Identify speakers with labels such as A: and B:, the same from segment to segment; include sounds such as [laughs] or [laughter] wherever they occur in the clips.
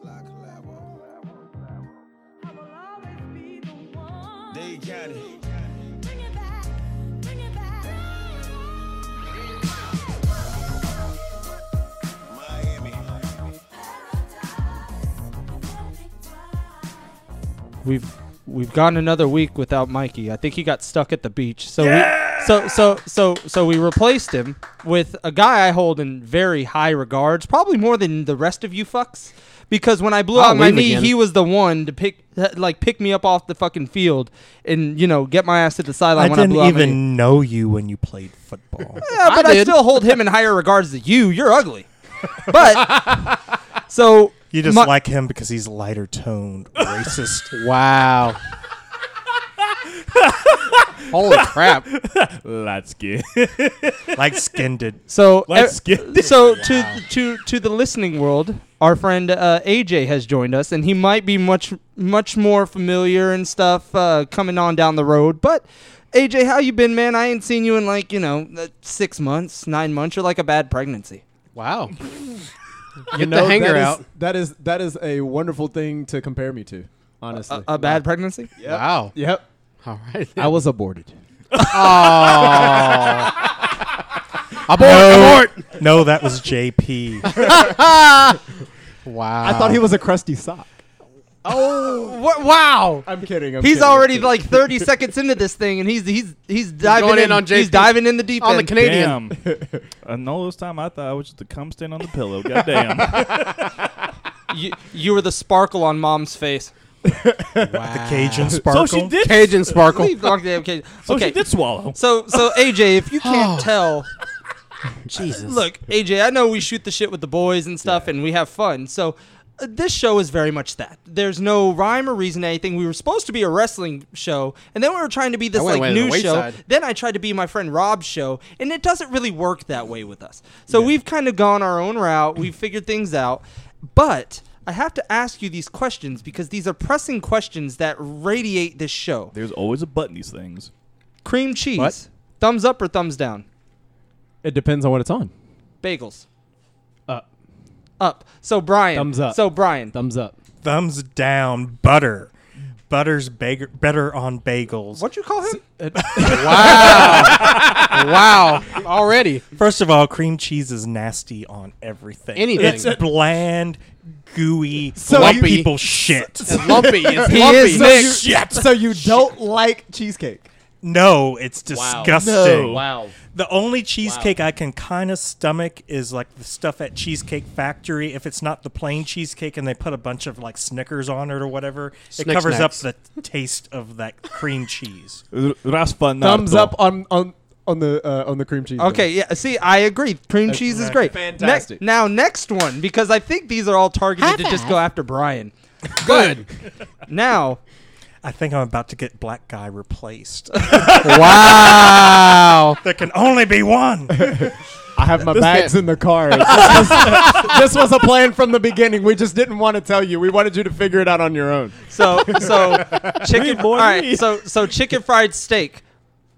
A: Sly Collabo.
B: I will always be the one.
A: Dade County.
B: Bring it back, bring it back.
A: Miami.
C: we've we've gone another week without Mikey. I think he got stuck at the beach. So we, so so so so we replaced him with a guy I hold in very high regards, probably more than the rest of you fucks. Because when I blew
D: I'll
C: out my
D: leave
C: knee,
D: again.
C: he was the one to pick like pick me up off the fucking field and you know get my ass to the sideline
D: I
C: when I
D: didn't
C: blew out my knee.
D: even know you when you played [laughs] football.
C: Yeah, but I,
D: did.
C: still hold him in higher regards than you. You're ugly. But
D: [laughs]
C: so
D: you just
C: my-
D: like him because he's lighter toned, [laughs] racist. [laughs]
E: Wow. Holy crap.
D: [laughs]
F: Let's get
D: like skinned it.
C: So
E: uh,
C: e-
F: Let's
C: ev-
F: get this.
C: so to to to the listening world, our friend uh, AJ has joined us, and he might be much much more familiar and stuff uh, coming on down the road. But AJ, how you been, man? I ain't seen you in like you know uh, six months, nine months. You're like a bad pregnancy.
G: [laughs]
E: Wow.
G: You
E: the hanger
G: that is-
E: out.
G: that is that is a wonderful thing to compare me to, honestly.
C: A, a bad pregnancy.
E: Wow.
G: Yep.
E: All right.
G: I was aborted.
E: Abort. abort.
D: No, that
E: [laughs]
D: was JP.
E: Wow.
G: I thought he was a crusty sock.
C: Oh, wha- wow.
G: I'm kidding.
C: He's already like 30 seconds into this thing, and he's he's he's diving
E: going in on
C: He's
E: JP.
C: diving in the deep
E: on the
C: end.
E: Canadian.
D: [laughs] Uh,
F: And all this time, I thought I was just a cum stain on
D: [laughs]
F: the pillow. Goddamn.
C: you, you were the sparkle on mom's face.
D: the [laughs] Cajun
F: so
G: Oh,
D: Sparkle.
F: she did.
E: Cajun
C: [laughs]
E: Sparkle.
C: Leave the goddamn Cajun.
F: So
C: okay.
F: she did swallow.
C: So so AJ, if you can't tell,
E: Jesus.
C: look AJ, I know we shoot the shit with the boys and stuff, and we have fun. So uh, this show is very much that. There's no rhyme or reason to anything. We were supposed to be a wrestling show, and then we were trying to be this
E: went
C: like
E: away to the
C: news show.
E: wayside.
C: Then I tried to be my friend Rob's show, and it doesn't really work that way with us. So we've kind of gone our own route. We've figured things out, but. I have to ask you these questions because these are pressing questions that radiate this show.
F: There's always a button these things.
C: Cream cheese.
G: What?
C: Thumbs up or thumbs down?
G: It depends on what it's on.
C: Bagels.
G: Up.
C: Up. So Brian.
G: Thumbs up.
C: So Brian.
G: Thumbs up.
D: Thumbs down, butter. Butter's bag- better on bagels.
C: What you call him?
G: [laughs]
E: wow. Already.
D: First of all, cream cheese is nasty on everything.
E: Anything.
D: It's bland, gooey,
G: So
D: white
E: you- [laughs]
D: people shit.
E: It's lumpy. It's
C: He
E: lumpy.
C: is
G: So you,
C: Nick.
G: so you don't like cheesecake.
D: No, it's disgusting.
E: Wow.
D: The only cheesecake I can kind of stomach is like the stuff at Cheesecake Factory. If it's not the plain cheesecake and they put a bunch of like Snickers on it or whatever, it
E: Snick
D: covers
E: snacks.
D: up the taste of that cream
E: [laughs]
D: cheese.
F: Raspa
G: Thumbs up on on on the uh, on the cream cheese.
C: Okay, yeah. See, I agree. Cream cheese is great. Nec-
G: Fantastic.
C: now, next one, because I think these are all targeted to just go after Brian.
E: Good.
C: Now,
D: I think I'm about to get black guy replaced.
E: wow.
D: [laughs] there can only
E: [laughs]
D: be one.
G: I have my bags
E: man-
G: in the [laughs] car. This was, this was a plan from the beginning. We just didn't want to tell you. We wanted you to figure it out on your own.
C: so so chicken.
F: Me, boy,
C: all right.
F: me.
C: So so chicken fried steak.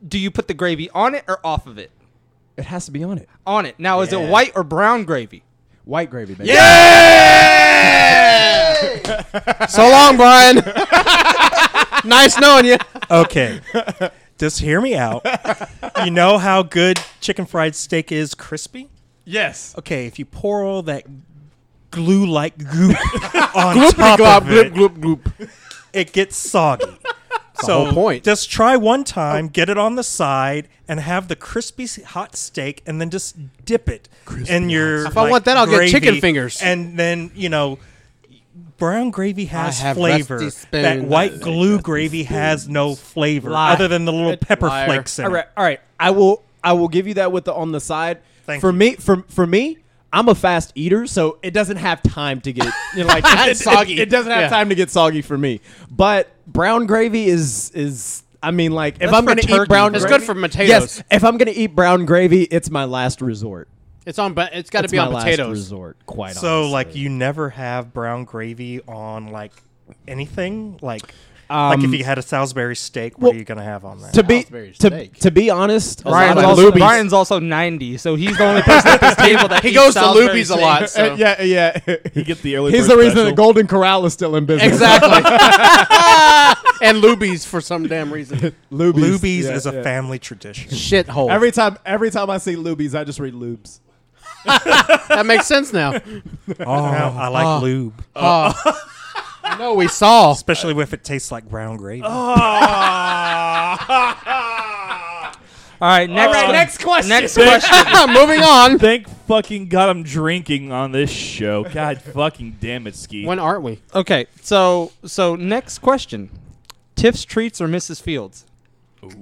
C: Do you put the gravy on it or off of it?
G: It has to be on it.
C: On it. Now, is it white or brown gravy?
G: White gravy, baby.
E: So long, Brian. nice knowing you.
D: Okay. [laughs] Just hear me out. You know how good chicken fried steak is crispy?
F: Yes.
D: Okay, if you pour all that glue like goop on top
E: Glop,
D: of
E: gloop,
D: it,
E: gloop, gloop.
D: it gets soggy. So
E: whole point.
D: just try one time, get it on the side, and have the crispy s- hot steak, and then just dip it in your.
E: If I want that, I'll get chicken
D: gravy,
E: fingers.
D: And then you know, brown gravy has
E: have
D: flavor.
E: rusty spoon.
D: That white
E: I
D: glue gravy has no flavor
G: Lie.
D: other than the little pepper
E: liar.
D: flakes. In
G: All
D: it.
G: right, all right. I will I will give you that with the on the side.
D: Thank
G: for
D: you.
G: me, for for me, I'm a fast eater, so it doesn't have time to get you know, like [laughs] it- it-
E: Soggy.
G: It, doesn't have
E: Yeah.
G: time to get soggy for me. But brown gravy is is I mean like if
C: That's
G: I'm
C: for
G: gonna
C: turkey,
G: eat brown,
C: right?
E: It's
G: gravy,
E: good for potatoes.
G: yes. If I'm gonna eat brown gravy, it's my last resort.
E: It's on. ba- It's got to
G: It's
E: be
G: my
E: on
G: last
E: potatoes.
G: resort. Quite
D: So
G: honestly.
D: like you never have brown gravy on like anything like Like
H: Um,
D: if you had a Salisbury steak, what are you gonna have on that?
H: to be
E: Salisbury
H: to,
E: steak.
H: to be honest, a
C: Brian's
H: lot of
C: also,
H: Lubies-
C: Brian's also 90, so he's the only person at this table that
E: He
C: eats
E: goes to
C: Salisbury
E: Luby's a
C: steak.
E: lot. So.
G: [laughs] yeah, yeah. [laughs]
F: He gets the early.
G: He's
F: bird
G: the reason
F: special.
G: that Golden Corral is still in business. [laughs]
E: Exactly. and Luby's for some damn reason.
G: Lubies,
D: Lubies
G: Yeah,
D: is a
G: yeah.
D: family tradition.
E: Shithole.
G: Every time, every time I see Lubies, I just read lubes.
E: that makes sense now.
D: Oh, I like lube,
E: No, we saw.
D: especially if it tastes like ground gravy.
E: Oh,
C: All right, next,
F: right,
C: one.
F: next
C: question. Next [laughs] question.
E: Moving on.
F: Thank fucking god I'm drinking on this show. God [laughs] fucking damn it, Ski.
E: When aren't we?
C: okay, so so next question. Tiff's treats or Mrs. Fields?
G: All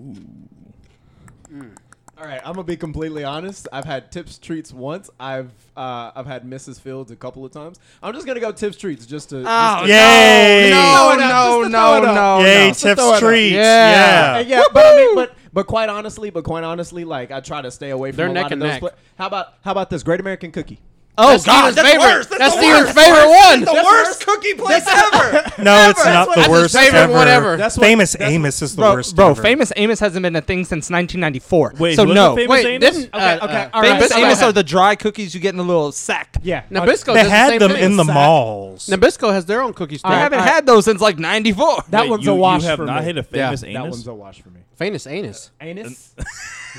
G: right, I'm gonna be completely honest. I've had tips treats once. I've uh, I've had Mrs. Fields a couple of times. I'm just gonna go tips treats just to. just to-
D: Yay!
C: Oh, No, no,
G: Just to throw
C: no,
G: it out.
C: no, no.
D: Yay,
G: Just to throw it
D: Tiff's
G: out.
D: treats.
E: Yeah.
D: Yeah.
G: Uh, yeah, but I mean, but but quite honestly, but quite honestly, like I try to stay away from
E: They're
G: a
E: neck
G: lot
E: and
G: of those.
E: neck.
G: pla- how about how about this Great American Cookie?
E: Oh,
C: God, that's
E: favorite.
C: worse. That's the
E: Steven's favorite one.
G: That's worse.
C: cookie place ever.
D: No, it's not the worst
E: favorite
D: ever.
E: one ever.
G: That's what-
D: Famous
G: that's-
D: Amos is the
C: Bro,
D: worst.
C: bro
D: ever.
C: famous Amos hasn't been a thing since 1994.
F: Wait,
C: so
F: was it
C: no.
F: Famous
E: Wait,
F: Amos?
E: didn't.
G: Okay,
E: uh,
G: okay,
E: uh,
G: all right.
C: Famous
E: Nabisco
C: Amos
E: had-
C: are the dry cookies you get in the little sack.
G: Yeah.
E: Nabisco
D: They
E: does the same
D: had them
E: thing.
D: in the mall.
E: Nabisco has their own cookie store.
C: I haven't had those since like 94. [laughs]
G: That
F: Wait,
G: one's
F: you,
G: a wash
F: You have
G: for me.
F: not hit a
E: Yeah,
F: famous
G: That
F: anus.
G: one's a wash for me.
E: Famous anus.
G: Anus.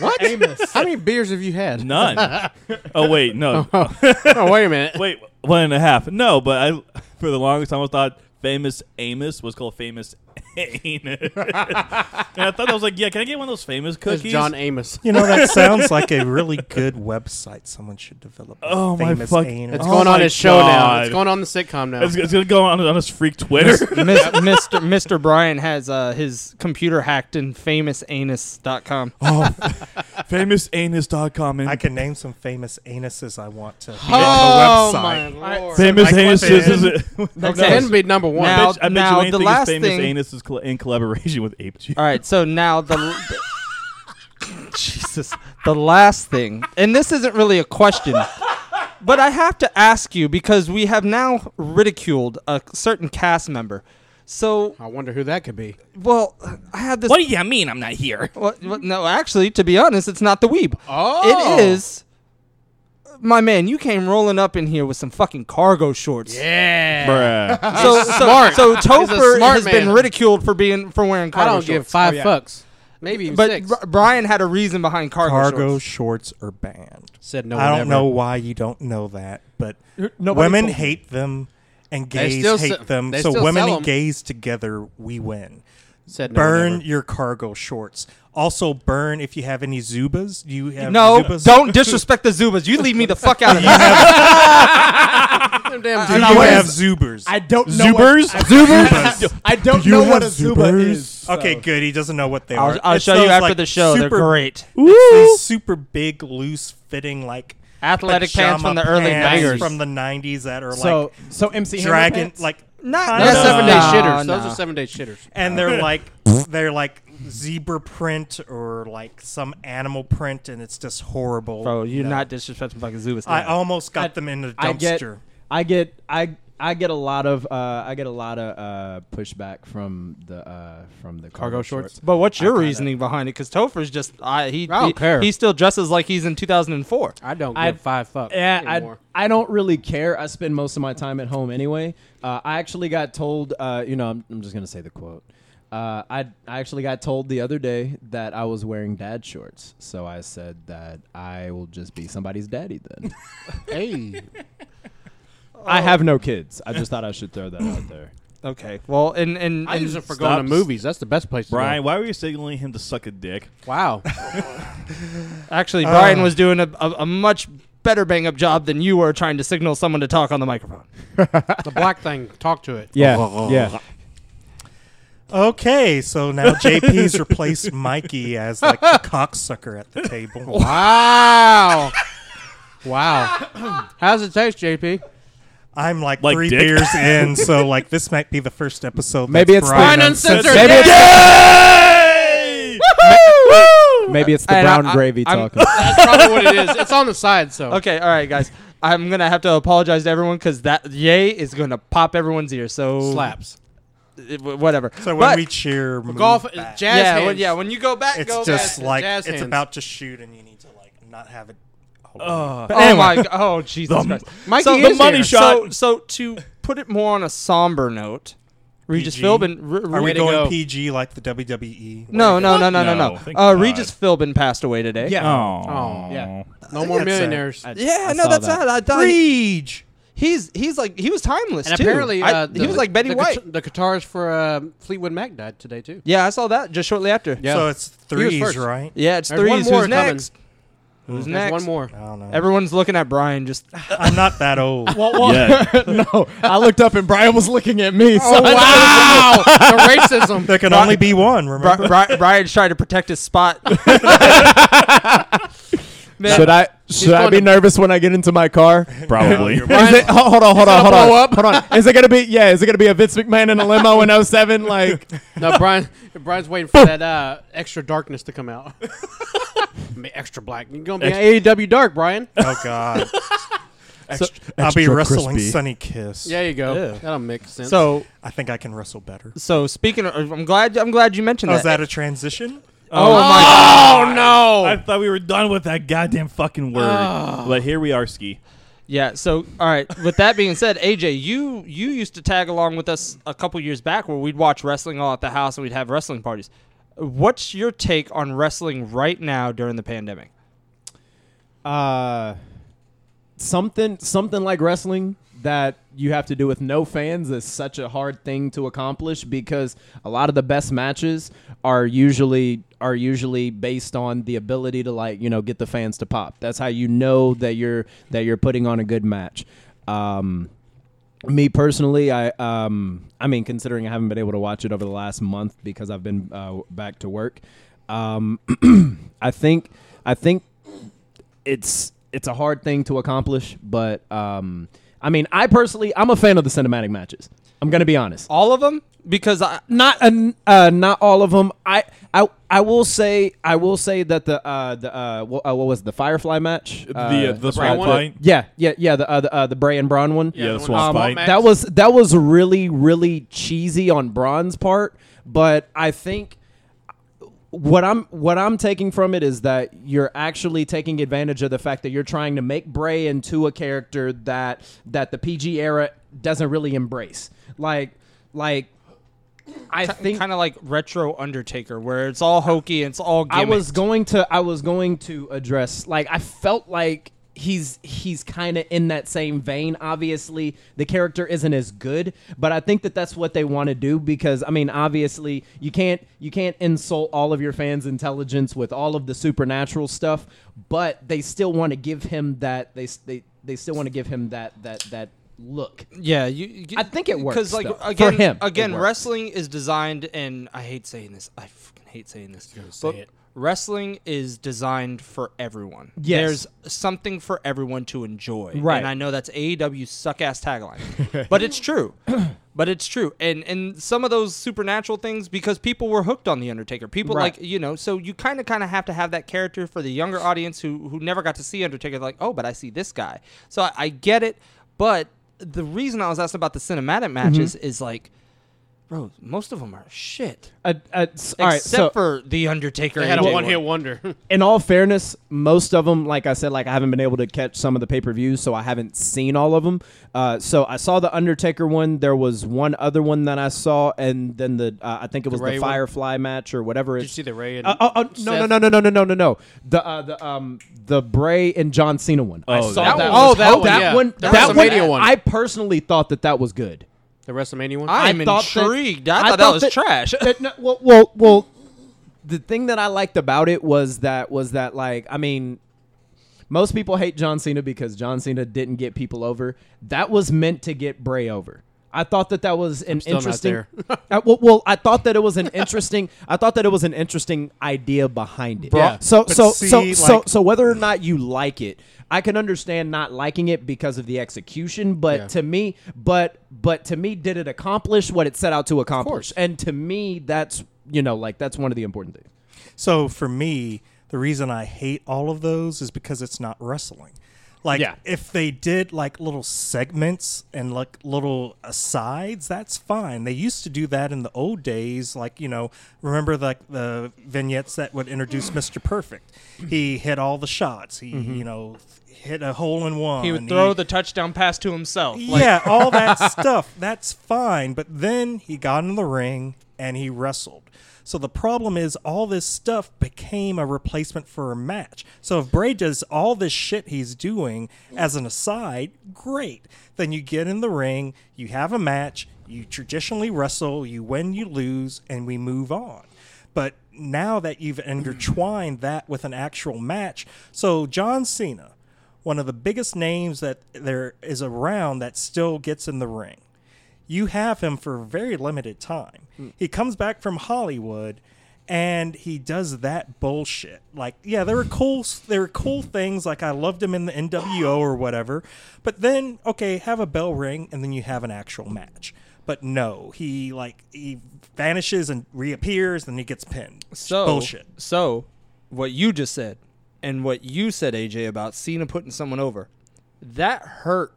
E: What?
G: Amos.
E: How many beers have you had?
F: None. oh wait, no.
E: [laughs]
F: [laughs]
E: oh, wait a minute.
F: Wait, one and a half. No, but I [laughs] for the longest time I thought famous Amos was called famous [laughs] anus. and I thought I was like, yeah, can I get one of those famous
E: That's
F: cookies?
E: John [laughs] Amos.
D: You know that sounds like a really good website. Someone should develop.
F: Oh, my
D: famous
F: fuck-
D: anus.
E: It's
F: Oh
E: going on
F: my
E: his show now. It's
F: God.
E: going on the sitcom now.
F: [laughs] It's, it's gonna go on on his freak Twitter.
C: Mis- Mr. Mr. Brian has uh, his computer hacked in famousanus.com.
F: FamousAnus.com and
D: I can name some famous anuses I want to be
E: oh
D: on the
E: my
D: website.
E: lord.
F: famous
D: Like
F: anus
D: Clinton.
F: is it?
C: Okay.
E: Can be number one.
C: Now-
F: I bet
C: now,
F: you anything
C: the
F: is
C: last
F: famous
C: thing-
F: anus is col- in collaboration [laughs] with Ape G.
C: All right, so now the
E: [laughs]
C: Jesus, the last thing, and this isn't really a question, but I have to ask you because we have now ridiculed a certain cast member. So,
E: I wonder who that could be.
C: well, I have this.
F: do you mean I'm not here?
C: What, what, no, actually, to be honest, it's not the weeb.
E: Oh.
C: It is. My man, you came rolling up in here with some fucking cargo shorts. Yeah.
F: [laughs] Bruh.
C: So, so,
E: smart.
C: so
E: He's a
C: Topher
E: smart
C: has been
E: man.
C: ridiculed for being for wearing
E: I
C: cargo
E: don't give
C: shorts.
E: five
G: yeah.
E: fucks. Maybe even
C: but
E: six.
C: Br- Brian had a reason behind cargo,
D: Cargo
C: shorts.
D: shorts are banned.
E: Said no
D: I
E: one
D: don't
E: ever.
D: know why you don't know that, but
G: nobody
D: women
G: told me.
D: hate them and
E: They
D: gays
E: still
D: hate
E: se-
D: them.
E: they
D: So
E: still
D: women
E: sell
D: and
E: 'em.
D: gays together, we win.
E: Said no one
D: burn
E: ever.
D: your cargo shorts. Also, burn if you have any Zubas. Do you have
C: No,
D: Zubas?
C: don't disrespect the Zubas. You leave me the fuck out of this.
E: Them damn
D: Do
E: Jews.
D: [laughs] you have Zubers?
G: [laughs] I don't know.
F: [laughs] Zubers?
G: What, [laughs]
F: Zubers?
G: I, I don't
D: Do you
G: know what a
D: have
G: Zuba
D: Zubers?
G: is. so-
D: Okay, good. He doesn't know what they
C: I'll,
D: are.
C: I'll
D: It's
C: show you
D: those,
C: after
D: like,
C: the show. They're
D: super-
C: great.
D: It's these super big, loose fitting, like
C: Athletic pants
D: pajama
C: from the early
D: pants
C: 90s.
D: from the '90s that are
G: So
D: like
G: so MC Hammer
D: dragon,
G: pants?
D: like
C: Not
D: kinda-
E: That's
C: No,
E: seven day
D: [laughs]
C: no,
E: shitters. Those
C: no.
E: are seven day shitters.
C: [laughs]
D: and they're like they're like zebra print or like some animal print, and it's just horrible.
C: Bro, you're
D: No.
C: not disrespecting fucking Zubas.
D: I
C: now.
D: almost got
G: I-
D: them in a dumpster.
G: I get, I get, I, I get a lot of, uh, I get a lot of uh, pushback from the, uh, from the cargo, shorts.
C: But what's your reasoning behind it? Because Topher's just I he
E: I don't
C: he,
E: care.
C: he still dresses like he's in 2004.
E: I don't give
G: I-
E: five fucks
G: Yeah,
E: anymore.
G: I, I don't really care. I spend most of my time at home anyway. Uh, I actually got told, uh, you know, I'm, I'm just gonna say the quote. Uh, I, I actually got told the other day that I was wearing dad shorts, so I said that I will just be somebody's daddy
D: [laughs]
G: then.
E: hey,
D: Oh.
G: I have no kids. I just thought I should throw that out there.
C: Okay. Well, and and,
E: I
C: and
E: use them for
F: stop
E: going to
F: s-
E: movies. That's the best place.
F: Brian,
E: to
F: why were you signaling him to suck a dick?
E: go. [laughs] wow.
C: actually
D: uh,
C: Brian was doing a, a, a much better bang up job than you were trying to signal someone to talk on the microphone.
E: the black thing. Talk to it.
G: Yeah, yeah.
D: Okay, so now JP's replaced Mikey as like the cocksucker at the table.
E: Wow. wow. How's it taste, JP?
D: I'm like,
F: Like
D: three
F: dick?
D: beers in, so like this might be the first episode.
G: Maybe
D: that's
G: it's the-
D: Brian
E: Brian Uncensored.
D: Uncensored.
G: Maybe it's
F: Yay!
G: Maybe it's the
C: And I-
G: brown
C: I-
G: gravy
C: I'm-
G: talking.
E: That's probably what it is. It's on the side, so.
C: Okay. All right, guys. I'm gonna have to apologize to everyone because that yay is gonna pop everyone's ear. So
E: Slaps.
C: it- wh- whatever.
D: So when
C: But-
D: we cheer, move
E: Golf,
D: back.
E: jazz
C: yeah,
E: hands.
C: when, yeah, when you go back,
D: it's
C: go
D: just
C: back.
D: like
E: jazz
D: it's
E: hands.
D: about to shoot, and you need to like not have it.
F: Uh,
C: oh my, g- oh Jesus Christ,
E: Mikey
C: so
E: is
F: the money
E: here.
F: shot-
C: So, so to put it more on a somber note, Regis
D: PG?
C: Philbin. Re-
D: Are we
E: to
D: going
E: go.
D: PG like the WWE?
C: no, no, no, no, no,
F: No,
C: no,
F: thank
C: Uh,
F: God.
C: Regis Philbin passed away today.
G: Yeah.
F: Oh.
G: yeah.
E: No more
D: that's a-
E: millionaires.
G: I-
C: [laughs] yeah.
G: I
C: no,
G: saw
C: that's
G: that.
C: not. I thought
D: Rage.
C: he's he's like he was timeless
E: and
C: too.
E: apparently,
C: I-
E: uh,
C: he
E: the-
C: was like Betty
E: the,
C: White.
E: guita- the guitarist for uh, Fleetwood Mac died today too.
C: yeah, I saw that just shortly after.
E: Yeah.
D: So it's threes,
E: first.
D: right?
C: Yeah, it's
E: There's
C: threes.
E: one more
C: Who's
E: coming.
C: next? Who's next?
E: There's one more.
D: I don't know.
C: Everyone's looking at Brian. Just
D: I'm not that old.
E: [laughs]
G: [laughs]
F: Yeah.
G: no, I looked up and Brian was looking at me.
C: [laughs]
G: So
C: Oh,
G: I-
E: Oh, wow, the racism.
D: [laughs] there can only be one. Remember?
C: Bri- Bri- Brian's trying to protect his
E: [laughs]
C: spot. Man,
G: should I should I
E: going
G: be
E: to-
G: nervous when I get into my car?
F: [laughs]
D: [laughs]
F: Probably.
G: Is it, ho- hold on, hold on, hold
E: gonna
G: on,
E: blow up?
G: hold on. Is it gonna be? Yeah, is it gonna be a Vince McMahon in a limo in 07? Like,
E: No, Brian. Brian's waiting for that uh, extra darkness to come out. I mean, extra black. You're gonna be an AEW dark, Brian.
D: [laughs] oh
G: [laughs]
D: God. Extra- I'll be
G: extra
D: wrestling
G: crispy.
D: Sunny Kiss.
E: There you go. That'll make sense.
C: so
D: I think I can wrestle better.
C: so speaking. Of, I'm glad I'm glad you mentioned
D: Oh, is
C: that.
D: that a transition?
C: oh, my god.
E: oh no,
F: I thought we were done with that goddamn fucking word. But here we are, Ski.
C: Yeah. So all right. With that being said, AJ, you you used to tag along with us a couple years back where we'd watch wrestling all at the house and we'd have wrestling parties. What's your take on wrestling right now during the pandemic?
G: uh, something something like wrestling that you have to do with no fans is such a hard thing to accomplish because a lot of the best matches are usually are usually based on the ability to like you know get the fans to pop. That's how you know that you're that you're putting on a good match. Um, me personally, I um, I mean, considering I haven't been able to watch it over the last month because I've been uh, back to work, um, [clears throat] I think I think it's it's a hard thing to accomplish. But um, I mean, I personally, I'm a fan of the cinematic matches. I'm gonna be honest.
C: All of them? Because I,
G: Not uh, uh, not all of them. I, I I will say I will say that the uh, the uh, wha- uh, what was it, the Firefly match?
F: The uh, the, swamp
E: one?
F: fight.
G: yeah yeah yeah the uh, the, uh, the Bray and Braun one.
E: the
F: Yeah, the
E: one
F: swamp
E: with the
F: fight.
E: swamp
G: That was that was really really cheesy on Braun's part, but I think what I'm what I'm taking from it is that you're actually taking advantage of the fact that you're trying to make Bray into a character that that the PG era doesn't really embrace. Like like I think
C: kind of like retro Undertaker, where it's all hokey and it's all.
G: I
C: Gimmicked.
G: was going to I was going to address like I felt like he's he's kind of in that same vein obviously the character isn't as good but i think that that's what they want to do because i mean obviously you can't you can't insult all of your fans intelligence with all of the supernatural stuff but they still want to give him that they s- they, they still want to give him that that that look
C: Yeah, you, you-
G: I think it works,
C: Because like
G: though. For
C: again,
G: him, it
C: again,
G: works.
C: wrestling is designed, and I hate saying this. I fucking hate saying this. but wrestling is designed for everyone.
G: Yes.
C: There's something for everyone to enjoy.
G: Right.
C: And I know that's AEW's suck ass
G: [laughs]
C: tagline, but it's true. But it's true, and and some of those supernatural things because people were hooked on the Undertaker. People
G: Right.
C: like you know, so you kind of kind of have to have that character for the younger audience who who never got to see Undertaker. Like, oh, but I see this guy, so I, I get it. But the reason I was asking about the
G: Mm-hmm.
C: cinematic matches is like, bro, most of them are shit,
G: uh, uh, s- all right
C: except
G: so
C: for the Undertaker.
E: They had a
C: AJ
E: one hit [laughs] wonder.
G: in all fairness, most of them, like I said, like I haven't been able to catch some of the pay per views, so I haven't seen all of them. Uh, so I saw the Undertaker one. There was one other one that I saw, and then the uh, I think it was the,
E: Ray one?
G: Firefly match or whatever.
E: Did you see the Ray and
G: Uh, oh, oh, no,
E: Seth?
G: no, no, no, no, no, no, no. The uh, the um the Bray and John Cena one. I
F: Oh,
G: saw
F: that
G: that.
E: one
G: one.
E: was
G: that,
E: hot. Yeah.
G: one.
E: The
G: That
E: WrestleMania
G: one.
E: one.
G: I personally thought that that was good.
E: the WrestleMania one?
C: I'm
G: I thought that-
C: intrigued. I, thought that was trash.
E: [laughs]
C: [laughs]
G: that- no, well, well, well, the thing that I liked about it was that was that like I mean, most people hate John Cena because John Cena didn't get people over. That was meant to get Bray over. I thought that that was an
E: still not
G: interesting.
E: there.
G: [laughs] I- well, well, I thought that it was an interesting. I thought that it was an interesting idea behind it.
E: Yeah.
G: So,
D: But
G: so,
D: see,
G: so, so,
D: like-
G: so, whether or not you like it, I can understand not liking it because of the execution. But
E: Yeah.
G: to me, but but to me, did it accomplish what it set out to accomplish?
E: course.
G: And to me, that's you know, like that's one of the important things.
D: So for me, the reason I hate all of those is because it's not wrestling. Like
G: Yeah.
D: if they did like little segments and like little asides, that's fine. They used to do that in the old days. Like you know, remember like the vignettes that would introduce Mister Perfect. He hit all the shots. He you know hit a hole in one.
C: Mm-hmm. He would throw
D: He-
C: the touchdown pass to himself.
D: yeah, all that stuff. That's fine. But then he got in the ring and he wrestled. So the problem is all this stuff became a replacement for a match. So if Bray does all this shit he's doing as an aside, great. Then you get in the ring, you have a match, you traditionally wrestle, you win, you lose, and we move on. But now that you've intertwined that with an actual match, so John Cena, one of the biggest names that there is around that still gets in the ring. You have him for a very limited time. He comes back from Hollywood and he does that bullshit. Like, yeah, there were cool there were cool things like I loved him in the NWO or whatever. But then, okay, have a bell ring and then you have an actual match. But no, he like he vanishes and reappears and he gets pinned.
C: So
D: bullshit.
C: So, what you just said, and what you said, AJ, about Cena putting someone over, that hurt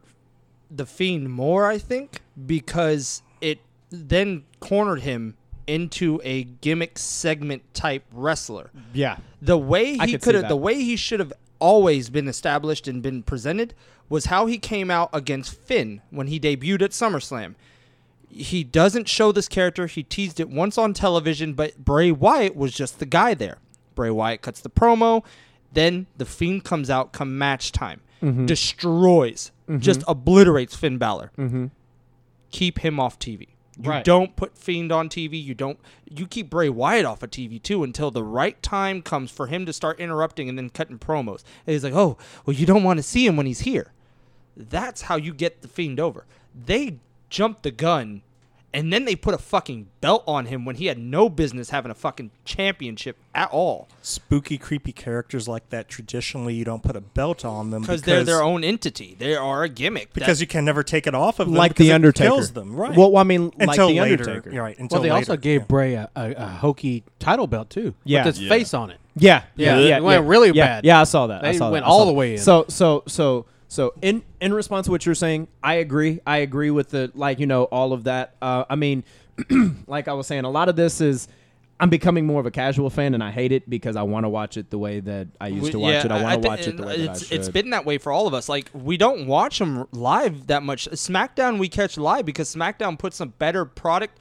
C: the Fiend more, I think, because it then cornered him into a gimmick segment type wrestler.
G: Yeah.
C: The way
G: I
C: he
G: could see
C: could have,
G: that.
C: the way he should have always been established and been presented was how he came out against Finn when he debuted at SummerSlam he doesn't show this character. He teased it once on television, but Bray Wyatt was just the guy there. Bray Wyatt cuts the promo. Then the Fiend comes out come match time,
G: Mm-hmm.
C: destroys, just obliterates Finn Balor. Keep him off TV. You
E: Right.
C: don't put Fiend on TV. You don't. You keep Bray Wyatt off of TV too until the right time comes for him to start interrupting and then cutting promos. And he's like, "Oh, well, you don't want to see him when he's here." That's how you get the fiend over. They jumped the gun and then they put a fucking belt on him when he had no business having a fucking championship at all
D: Spooky creepy characters like that traditionally you don't put a belt on them
C: because they're their own entity. They are a gimmick.
D: because
C: That-
D: you can never take it off of them
G: Like
D: because
G: the
D: it
G: Undertaker.
D: kills them, right?
G: Well, I mean, like
D: until
G: the
D: later,
G: Undertaker.
D: You're right? Until
E: Well, they
D: later.
E: also gave Bray a, a, a hokey title belt too.
G: Yeah.
E: with his
F: Yeah.
E: face on it.
G: Yeah,
E: Yeah, it went really
G: yeah,
E: bad.
G: Yeah, I saw that. I
E: They
G: saw that.
E: went
G: I saw
E: all the
G: that.
E: way in.
G: So, so, so, so, in in response to what you're saying, I agree. I agree with the like, you know, all of that. Uh, I mean, [clears throat] like I was saying, a lot of this is. I'm becoming more of a casual fan, and I hate it because I want to watch it the way that I used to watch it. I want
C: thi- uh,
G: to watch it the way that I
C: it's,
G: should.
C: it's been that way for all of us. Like we don't watch them live that much. SmackDown we catch live because SmackDown puts a better product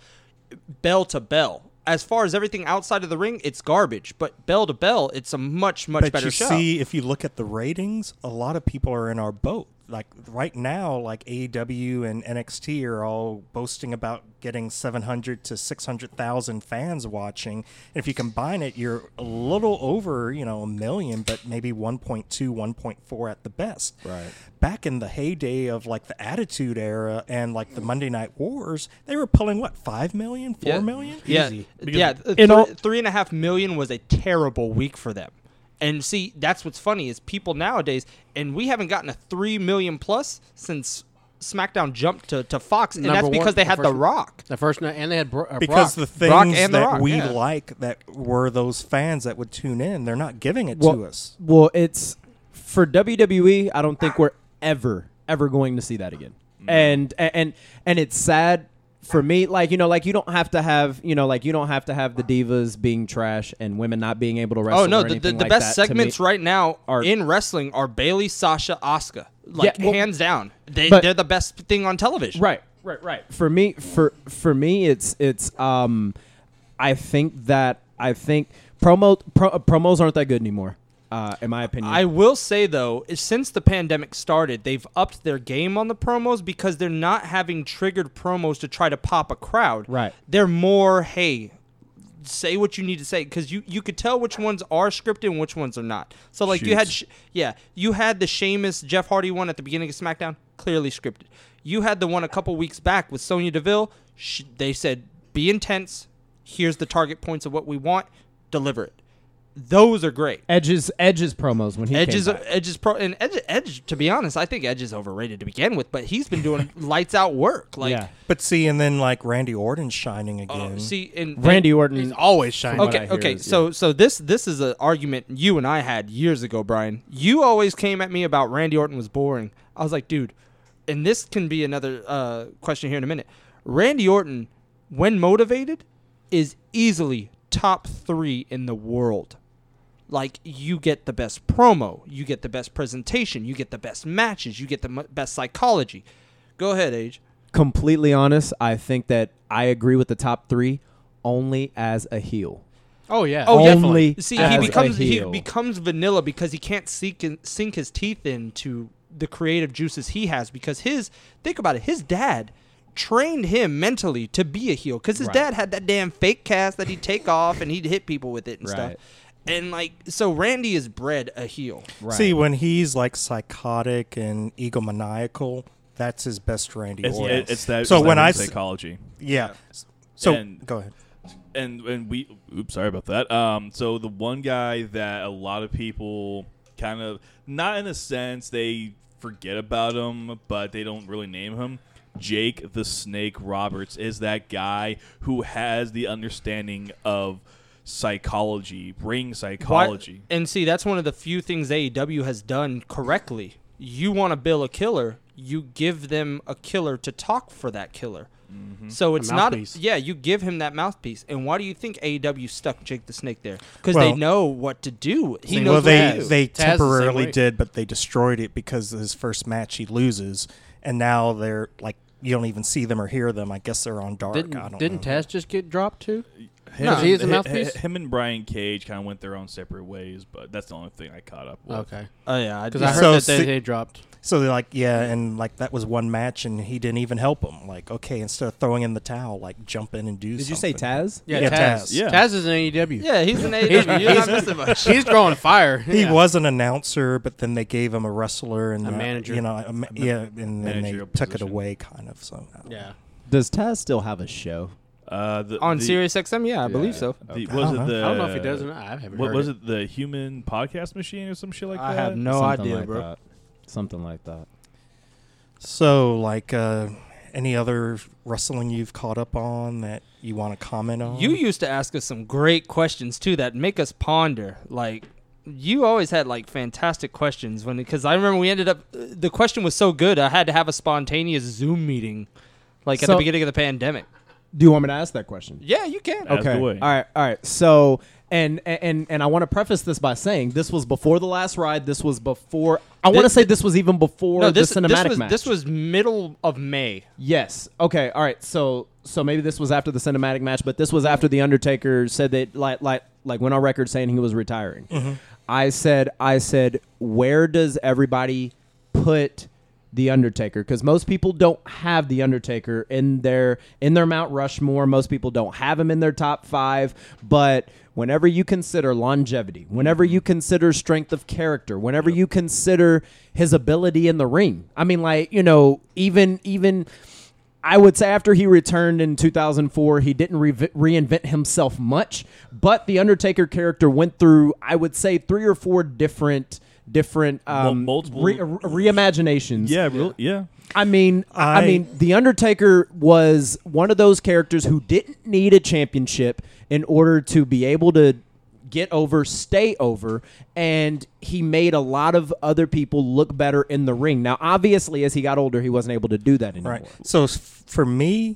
C: bell to bell. As far as everything outside of the ring, it's garbage. But bell to bell, it's a much much
D: but
C: better
D: you
C: show.
D: see, if you look at the ratings, a lot of people are in our boat. Like right now, like AEW and NXT are all boasting about getting 700 to 600,000 fans watching. And if you combine it, you're a little over, you know, a million, but maybe 1.2, 1.4 at the best. Right. Back in the heyday of like the Attitude Era and like the Monday Night Wars, they were pulling what, 5 million, 4 million?
C: Yeah, yeah. th-
G: In all-
C: three and a half million was a terrible week for them. And see, that's what's funny is people nowadays, and we haven't gotten a three million plus since SmackDown jumped to, to Fox, and
E: Number
C: that's because
E: one-
C: they had
E: the
C: The
E: first-
C: Rock.
E: The first night, and they had Bro- uh,
D: because
E: Brock.
D: the
C: Brock
D: things
C: and The
D: that
C: Rock,
D: we
C: yeah.
D: like that were those fans that would tune in they're not giving it to us
G: Well, it's for WWE. I don't think we're ever ever going to see that again.
C: Mm-hmm.
G: And and and it's sad for me. Like you know, like you don't have to have you know, like you don't have to have the divas being trash and women not being able to wrestle.
C: Oh no,
G: or
C: the, the,
G: anything
C: the
G: like
C: best
G: that to me.
C: segments right now
G: are-
C: in wrestling are Bailey, Sasha, Asuka. Like
G: Yeah, well-
C: hands down, they
G: But-
C: they're the best thing on television.
G: Right, right, right. For me, for for me, it's it's. Um, I think that I think promo pro, uh, promos aren't that good anymore. Uh, in my opinion,
C: I will say though, is since the pandemic started, they've upped their game on the promos because they're not having triggered promos to try to pop a crowd.
G: Right.
C: They're more, hey, say what you need to say because you you could tell which ones are scripted and which ones are not. So like you had, sh- yeah, you had the Sheamus Jeff Hardy one at the beginning of SmackDown, clearly scripted. You had the one a couple weeks back with Sonya Deville. Sh- they said be intense. Here's the target points of what we want. Deliver it those are great.
G: Edge's Edge's promos when he
C: Edge's
G: came back.
C: Edge's pro and Edge, Edge. To be honest, I think Edge is overrated to begin with, but he's been doing [laughs] lights out work. Like,
G: yeah.
D: But see, and then like Randy Orton's shining again.
C: oh, see, and
G: Randy Orton.
E: He's always shining.
G: what
C: Okay,
G: I hear
C: okay.
G: is-
C: so so this this is an argument you and I had years ago, Brian. You always came at me about Randy Orton was boring. I was like, dude, and this can be another uh, question here in a minute. Randy Orton, when motivated, is easily top three in the world. Like you get the best promo, you get the best presentation, you get the best matches, you get the m- best psychology. Go ahead, Age.
G: completely honest, I think that I agree with the top three only as a heel.
E: Oh yeah.
C: Oh, yeah.
G: Only
C: See,
G: as
C: he
G: a
C: becomes he
G: heel.
C: becomes vanilla because he can't seek and sink his teeth into the creative juices he has because his think about it, his dad trained him mentally to be a heel because his
G: Right.
C: dad had that damn fake cast that he'd take [laughs] off and he'd hit people with it and stuff.
G: Right.
C: And like so Randy is bred a heel.
G: Right.
D: See, when he's like psychotic and egomaniacal, that's his best Randy
F: It's,
D: Orton.
F: it- it's that.
D: So
F: it's
D: when
F: that
D: I s-
F: psychology
D: yeah. So
F: And-
D: go ahead.
F: and and we oops sorry about that. Um, so the one guy that a lot of people kind of not in a sense they forget about him, but they don't really name him. Jake the Snake Roberts is that guy who has the understanding of psychology, ring psychology.
C: Why- and see, that's one of the few things AEW has done correctly. You want to bill a killer, you give them a killer to talk for that killer. So it's not
E: mouthpiece.
C: yeah, you give him that mouthpiece. And why do you think AEW stuck Jake the Snake there? Because they
D: Well-
C: know what to do. He knows
D: well,
C: what
D: they
C: to do.
D: they
E: Taz the same
D: temporarily
E: way.
D: did, but they destroyed it because his first match he loses, and now they're like you don't even see them or hear them. I guess they're on dark. I
E: Didn't
D: don't
E: didn't
D: know.
E: Taz just get dropped too?
F: Him,
E: No, he is a
F: hi-
E: mouthpiece?
F: hi- Him and Brian Cage kind of went their own separate ways, but that's the only thing I caught up with.
E: Okay.
C: oh yeah, I
E: Because I
C: just-
E: heard
D: So
E: that they,
D: si-
E: they dropped.
D: So they're like, yeah, and like that was one match, and he didn't even help him. Like, okay, instead of throwing in the towel, like jump in and do.
G: Did you say Taz?
E: Yeah,
D: Yeah,
E: Taz.
D: Taz.
F: Yeah.
E: Taz is an AEW.
C: [laughs] yeah, he's an AEW. You're not missing much.
E: He's drawing fire.
D: He
E: Yeah.
D: was an announcer, but then they gave him a wrestler and
E: A
D: uh,
E: manager.
D: You know, a ma- yeah, and then they
F: managerial
D: took it
F: position.
D: away, kind of. So I don't know.
E: Yeah.
G: Does Taz still have a show?
F: Uh, the,
C: On
F: the,
C: Sirius XM, yeah, I believe so.
F: the- was it the?
E: I don't know if he does or not. I haven't
F: Uh, What
E: heard
F: was it? The human podcast machine or some shit like
C: I
F: that?
C: have no
G: Something
C: idea,
G: like
C: bro.
G: That. Something like that.
D: So like, uh, any other wrestling you've caught up on that you want to comment on?
C: You used to ask us some great questions too that make us ponder. Like you always had like fantastic questions when because I remember we ended up uh, the question was so good I had to have a spontaneous Zoom meeting like at the
G: So-
C: beginning of the pandemic.
G: Do you want me to ask that question?
C: Yeah, you can.
F: Ask
G: Okay.
F: away.
G: All right. All right. So, and and and I want to preface this by saying this was before the last ride. This was before. I want to
C: This-
G: say this was even before
C: No, this,
G: the cinematic
C: this was
G: match.
C: this was middle of May.
G: yes. Okay. All right. So so maybe this was after the cinematic match, but this was after the Undertaker said that like like like went on record saying he was retiring. I said I said where does everybody put the Undertaker because most people don't have the Undertaker in their in their Mount Rushmore. Most people don't have him in their top five. But whenever you consider longevity, whenever you consider strength of character, whenever you consider his ability in the ring, I mean, like you know, even even. I would say after he returned in 2004, he didn't re- reinvent himself much, but the Undertaker character went through, I would say, three or four different different um,
F: multiple-
G: re- reimaginations.
F: Yeah, real, yeah.
G: I mean, I,
D: I-
G: mean, The Undertaker was one of those characters who didn't need a championship in order to be able to get over, stay over, and he made a lot of other people look better in the ring. Now, obviously, as he got older, he wasn't able to do that anymore.
D: Right. So s- for me,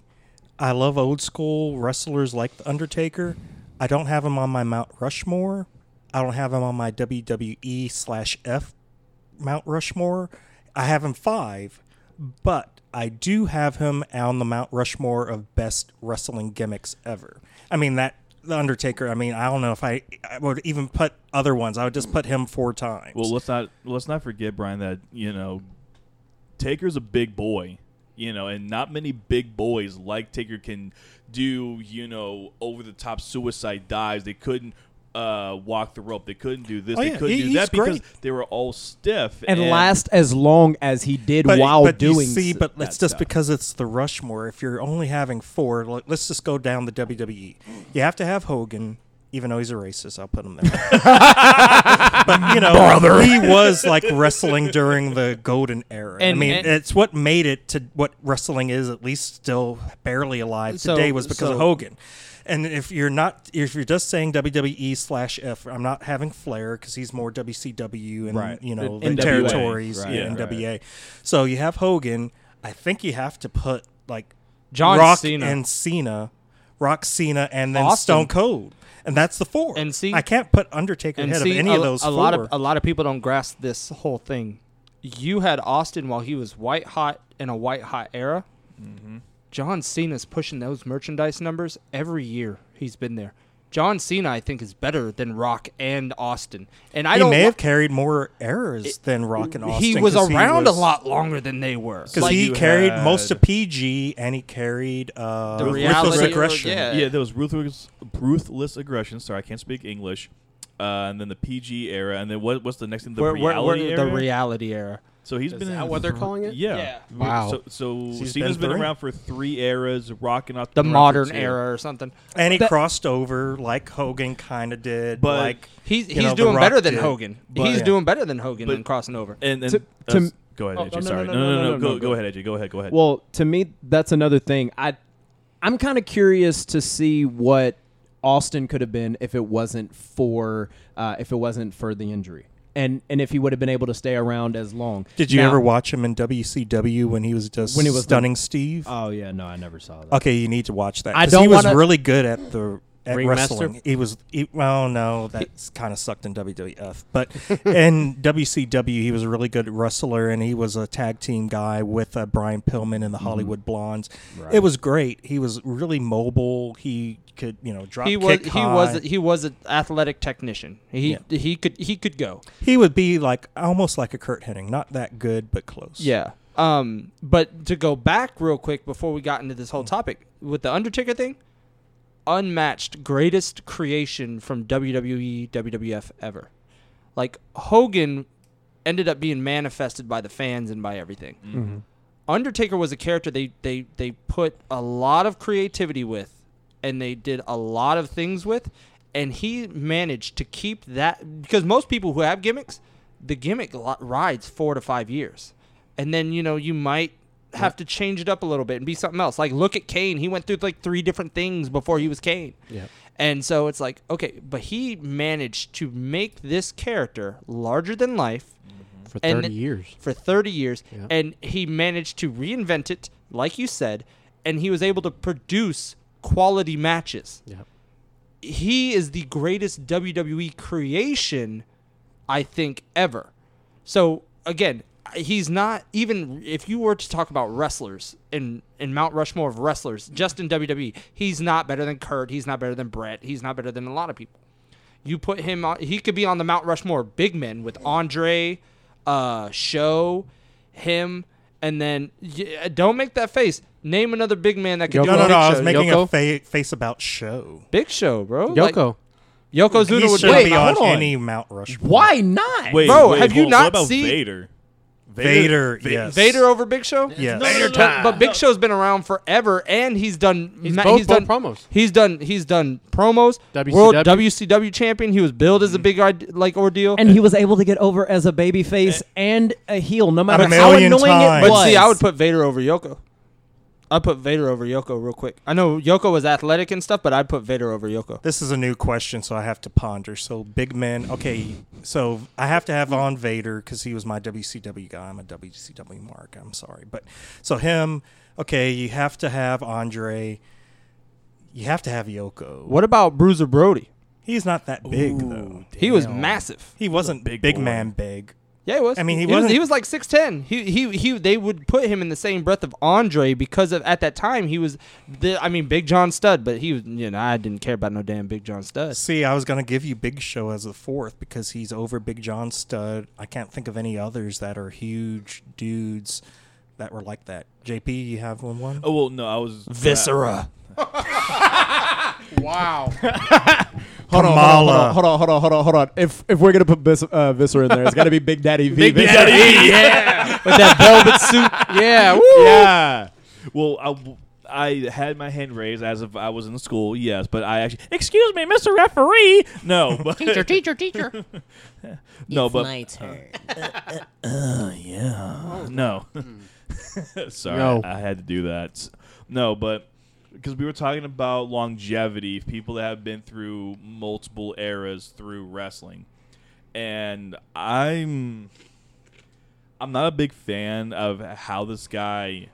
D: I love old school wrestlers like The Undertaker. I don't have him on my Mount Rushmore. I don't have him on my WWE slash F Mount Rushmore. I have him five, but I do have him on the Mount Rushmore of best wrestling gimmicks ever. I mean that The Undertaker. I mean I don't know if I, I would even put other ones. I would just put him four times.
F: Well, let's not let's not forget Brian that you know Taker's a big boy, you know, and not many big boys like Taker can do you know over the top suicide dives. They couldn't. Uh, walk the rope. They couldn't do this.
D: Oh,
F: they
D: yeah.
F: couldn't
D: He-
F: do that
D: he's
F: because
D: great.
F: they were all stiff
G: and, last as long as he did
D: but,
G: while
D: but
G: doing
D: you see,
G: s-
D: but
G: that
D: it's just
G: stuff.
D: because it's the E. Rushmore. If you're only having four, like, let's just go down the WWE. You have to have Hogan. Even though he's a racist, I'll put him there. [laughs] but you know, he was like wrestling during the golden era.
C: And-
D: I mean,
C: and-
D: it's what made it to what wrestling is, at least still barely alive
C: So-
D: today, was because
C: so-
D: of Hogan. And if you're not, if you're just saying WWE slash F, I'm not having Flair because he's more WCW and
F: Right.
D: you know
G: The
D: the,
G: NWA,
D: territories,
G: right,
D: yeah,
F: right.
D: NWA. So you have Hogan. I think you have to put like
C: John
D: Rock
C: Cena.
D: and Cena, Rock Cena, and then
C: Austin.
D: Stone Cold, and that's the four.
C: And see-
D: I can't put Undertaker ahead of any
C: a,
D: of those
C: a
D: four.
C: lot of a lot of people don't grasp this whole thing. You had Austin while he was white hot in a white hot era.
F: Mm-hmm.
C: John Cena's pushing those merchandise numbers every year he's been there. John Cena, I think, is better than Rock and Austin, and I
D: he
C: don't.
D: may
C: wa-
D: have carried more errors than Rock and Austin.
C: he was
D: 'cause
C: around
D: was-
C: a lot longer than they were.
D: because
C: Like,
D: he
F: you
D: carried
F: had-
D: most of PG and he carried uh,
C: The
D: ruthless
C: reality or-
D: aggression.
A: yeah.
F: Yeah, there was ruthless, ruthless aggression. Sorry, I can't speak English. Uh, and then the PG era, and then what? What's the next thing? The
C: we're- we're-
F: reality
C: we're-
F: era.
C: the reality era.
F: so he's
E: Is
F: been
E: that
F: in
E: what they're calling it?
F: Yeah.
C: Yeah.
F: We-
E: Wow.
F: So, so
D: He's
F: Cena's
D: been
F: been,
D: three.
F: around for three eras, rocking off
C: the modern era or something.
D: and he
C: That-
D: crossed over like Hogan kind of did.
F: But-
D: like
C: He's
D: you
C: he's
D: know, The
C: doing
D: Rock
C: better than
D: did.
C: Hogan.
F: But-
C: he's
F: Yeah.
C: doing better than Hogan
F: But-
C: and crossing over.
F: And and
G: To-
F: uh,
G: to-
F: s- go ahead,
G: Oh,
F: AJ.
G: no, no,
F: sorry,
G: no,
F: no,
G: no, no, no,
F: go,
G: no,
F: go
G: go.
F: ahead, AJ. Go ahead, go ahead.
G: Well, to me, that's another thing. I, I'm kind of curious to see what Austin could have been if it wasn't for uh, if it wasn't for the injury, and and if he would have been able to stay around as long.
D: Did you
G: Now-
D: ever watch him in WCW when he was just
G: When he was the-
D: stunning Steve?
G: Oh yeah, no, I never saw that.
D: okay, you need to watch that.
G: I
D: 'cause
G: don't
D: he was
G: wanna-
D: really good at the at
E: Ringmaster?
D: wrestling. He was. He, well, no, that's kind of sucked in WWF, but [laughs] in WCW he was a really good wrestler, and he was a tag team guy with uh, Brian Pillman and the Hollywood Blondes.
G: Mm-hmm. Right.
D: It was great. He was really mobile. He could you know drop.
C: he was
D: kick
C: he
D: high.
C: was he was an athletic technician. He
D: Yeah.
C: he could he could go.
D: He would be like almost like a Kurt Hennig, not that good, but close.
C: Yeah. Um. But to go back real quick before we got into this whole topic with the Undertaker thing, unmatched greatest creation from E, WWE WWF ever. Like Hogan ended up being manifested by the fans and by everything. Undertaker was a character they they they put a lot of creativity with, and they did a lot of things with, and he managed to keep that because most people who have gimmicks, the gimmick lo- rides four to five years, and then you know you might have to change it up a little bit and be something else. Like look at Kane, he went through like three different things before he was Kane.
G: Yeah.
C: And so it's like, okay, but he managed to make this character larger than life
E: for
C: And-
E: 30 years.
C: for 30 years
E: Yeah.
C: and he managed to reinvent it like you said and he was able to produce quality matches
E: Yeah.
C: he is the greatest WWE creation I think ever so again he's not even if you were to talk about wrestlers in in Mount Rushmore of wrestlers just in WWE he's not better than Kurt he's not better than Brett he's not better than a lot of people you put him on. He could be on the Mount Rushmore of big men with Andre, uh, Show, him, and then yeah, don't make that face. Name another big man that could
E: Yoko.
C: do
D: No, no,
C: Big
D: no. I was
C: Show.
D: making
E: Yoko?
D: a fa- face about show.
C: Big Show, bro.
E: Yoko.
C: Like, Yokozuna
D: He
C: would
D: should
C: wait.
D: be
G: hold
D: on,
G: on.
D: any Mount Rushmore.
G: Why not?
F: wait,
C: bro,
F: wait,
C: have you
F: hold on,
C: not
F: what about
C: seen-
F: Vader?
D: Vader, yes.
C: Vader over Big Show.
D: Yes.
C: But- But, Big Show's been around forever, and he's done.
E: He's both-
C: he's done
E: both promos.
C: He's done. He's done promos.
E: WCW.
C: World WCW champion. He was billed
E: Mm-hmm.
C: as a big ide- like ordeal.
G: And he was able to get over as a baby face and a heel, no matter
D: Eh. A
G: how
D: million
G: annoying
D: times.
G: it
C: But
G: was.
C: see, I would put Vader over Yoko. I'd put Vader over Yoko real quick. I know Yoko was athletic and stuff, but I'd put Vader over Yoko.
D: This is a new question, so I have to ponder. So, big men. Okay, so I have to have on Vader because he was my WCW guy. I'm a WCW mark. I'm sorry, but so him. Okay, you have to have Andre. You have to have Yoko.
C: What about Bruiser Brody?
D: He's not that big though.
C: He was massive.
D: He wasn't big,
F: boy.
D: man big.
C: Yeah, he was.
D: I mean, he
C: was
D: wasn't-
C: he was like six ten. He he he. They would put him in the same breath of Andre because of at that time he was. The, I mean, Big John Stud, but he was. You know, I didn't care about no damn Big John
G: [laughs]
C: Stud.
D: See, I was gonna give you Big Show as the fourth because he's over Big John Stud. I can't think of any others that are huge dudes that were like that. JP, you have one one?
F: Oh well, no, I was
C: Viscera.
E: Wow.
G: Hold on,
D: Kamala.
G: hold on, hold on, hold on, hold on, hold on. If if we're gonna put Vis- uh, Viscera in there, it's got to be Big Daddy V.
F: Big
G: Viscera.
F: Daddy.
H: [laughs]
E: yeah. With that velvet suit. Yeah. Woo.
F: yeah. [laughs] Well, I, I had my hand raised as if I was in school, yes, but I actually, excuse me, Mr. Referee. No, [laughs] but
H: Teacher, teacher, teacher.
F: no,
H: it's
F: but Uh,
H: my turn.
F: yeah, [laughs] no. Sorry,
E: No.
F: I had to do that. No, but because we were talking about longevity, people that have been through multiple eras through wrestling, and I'm I'm not a big fan of how this guy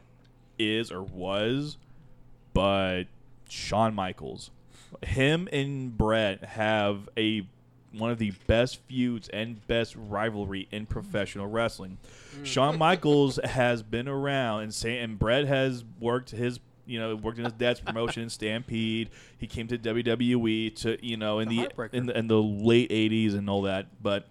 F: is or was, but Shawn Michaels, him and Brett have a one of the best feuds and best rivalry in professional wrestling.
E: Mm. [laughs]
F: Shawn Michaels has been around and say, and Brett has worked his you know worked in his dad's promotion Stampede. He came to WWE to you know in
E: The
F: the,
E: Heartbreaker.
F: in the in the late '80s and all that, but.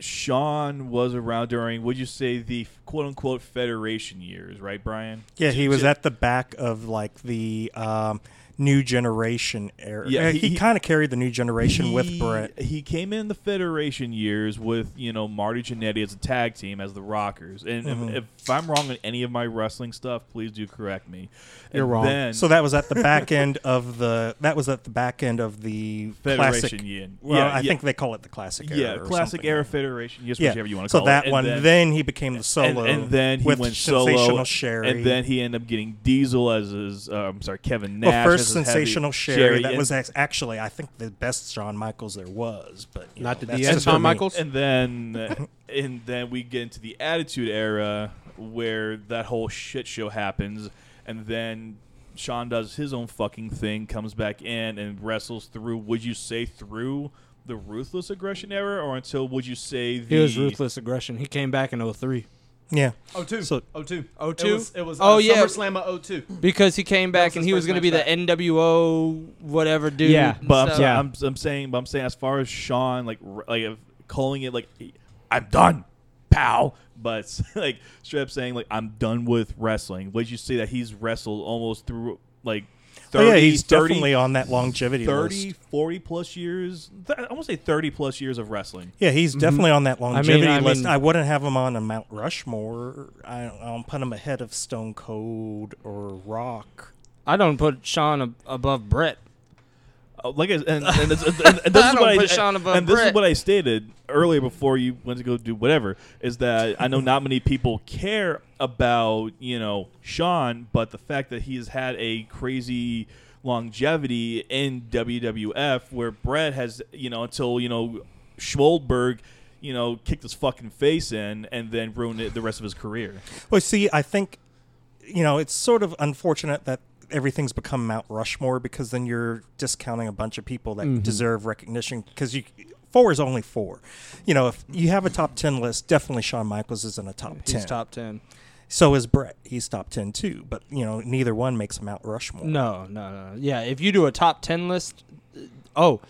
F: Sean was around during, would you say, the quote unquote Federation years, right, Brian?
D: Yeah, he was
F: J-
D: at the back of like the um, new generation era.
F: Yeah,
D: Yeah,
F: he-
D: he, kind of carried the new generation with
F: He-
D: Brett.
F: He came in the Federation years with you know Marty Jannetty as a tag team as the Rockers. And if-
D: Mm-hmm.
F: if, I'm wrong on any of my wrestling stuff, please do correct me.
E: You're wrong.
D: So that was at the back end of the that was at the back end of the
F: Federation
D: classic.
F: year.
D: Well,
F: Yeah,
D: I
F: yeah.
D: think they call it the classic era.
F: yeah,
D: or
F: classic
D: something.
F: era Federation, yes,
D: Yeah.
F: whichever you want to
D: so
F: call
D: that
F: it. And
D: one,
F: then-
D: then he became the
F: and,
D: solo,
F: and then he
D: with
F: went
D: sensational
F: solo,
D: Sherry,
F: and then he ended up getting Diesel as his. Uh, I'm sorry, Kevin Nash.
D: well,
F: as
D: first
F: his heavy-
D: sensational Sherry. that
F: and-
D: was ex- actually, I think, the best Shawn Michaels there was, but you
E: Not
D: know,
E: the
D: that's
E: DS
D: just for
E: Shawn
D: me.
E: Michaels.
F: And then [laughs] and then we get into the Attitude Era where that whole shit show happens and then Sean does his own fucking thing, comes back in and wrestles through would you say through the ruthless aggression era or until would you say the
C: He was ruthless aggression. He came back in 03.
D: Yeah,
G: Oh two.
D: So-
G: oh two.
C: Oh,
G: It
C: two?
G: was, it was
C: Oh,
G: uh,
C: yeah.
G: SummerSlam of 02.
C: Because he came
G: That
C: back
G: was
C: and
G: his
C: he was
G: first
C: going to
G: match
C: be the
G: back.
C: NWO whatever dude.
G: Yeah,
C: and
F: But I'm,
C: stuff.
F: saying- I'm, I'm saying, but I'm saying, as far as Sean, like, r- like if calling it like, e, I'm done, pal. But [laughs] like, straight up saying like, I'm done with wrestling. Would you say that he's wrestled almost through like, 30,
D: oh, yeah, he's
F: 30,
D: definitely on that longevity
F: 30,
D: list.
F: 40 plus years. Th- I want to say 30 plus years of wrestling.
D: Yeah, he's definitely on that longevity
C: I
D: list.
C: mean-
D: I wouldn't have him on a Mount Rushmore. I don't, I don't put him ahead of Stone Cold or Rock.
C: I don't put Sean ab- above Brett.
F: Uh, like I, and, and, this- and- and-
C: [laughs]
F: and this
C: I
F: is
C: don't
F: what I
C: put Sean above
F: and this is
C: Brett.
F: what I stated earlier before you went to go do whatever is that I know not many people care about you know Sean, but the fact that he has had a crazy longevity in WWF where Brett has you know until you know Schmoldberg you know kicked his fucking face in and then ruined it, the rest of his career.
D: Well, see, I think you know it's sort of unfortunate that everything's become Mount Rushmore because then you're discounting a bunch of people
C: Mm-hmm.
D: that deserve recognition because you four is only four. You know, if you have a top ten list, definitely Shawn Michaels is in a top
C: He's
D: ten.
C: top 10.
D: So is Brett. He's top ten too. But you know, neither one makes a Mount Rushmore.
C: No, no, no. Yeah, if you do a top 10 list, oh,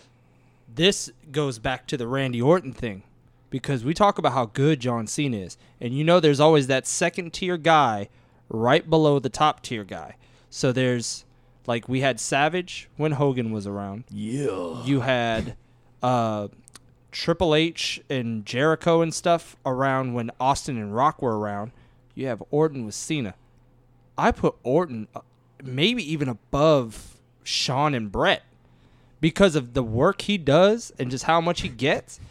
C: this goes back to the Randy Orton thing because we talk about how good John Cena is. And you know, there's always that second tier guy right below the top tier guy. So there's like we had Savage when Hogan was around.
F: Yeah.
C: You had uh, Triple H and Jericho and stuff around when Austin and Rock were around. You have Orton with Cena. I put Orton uh, maybe even above Sean and Brett because of the work he does and just how much he gets.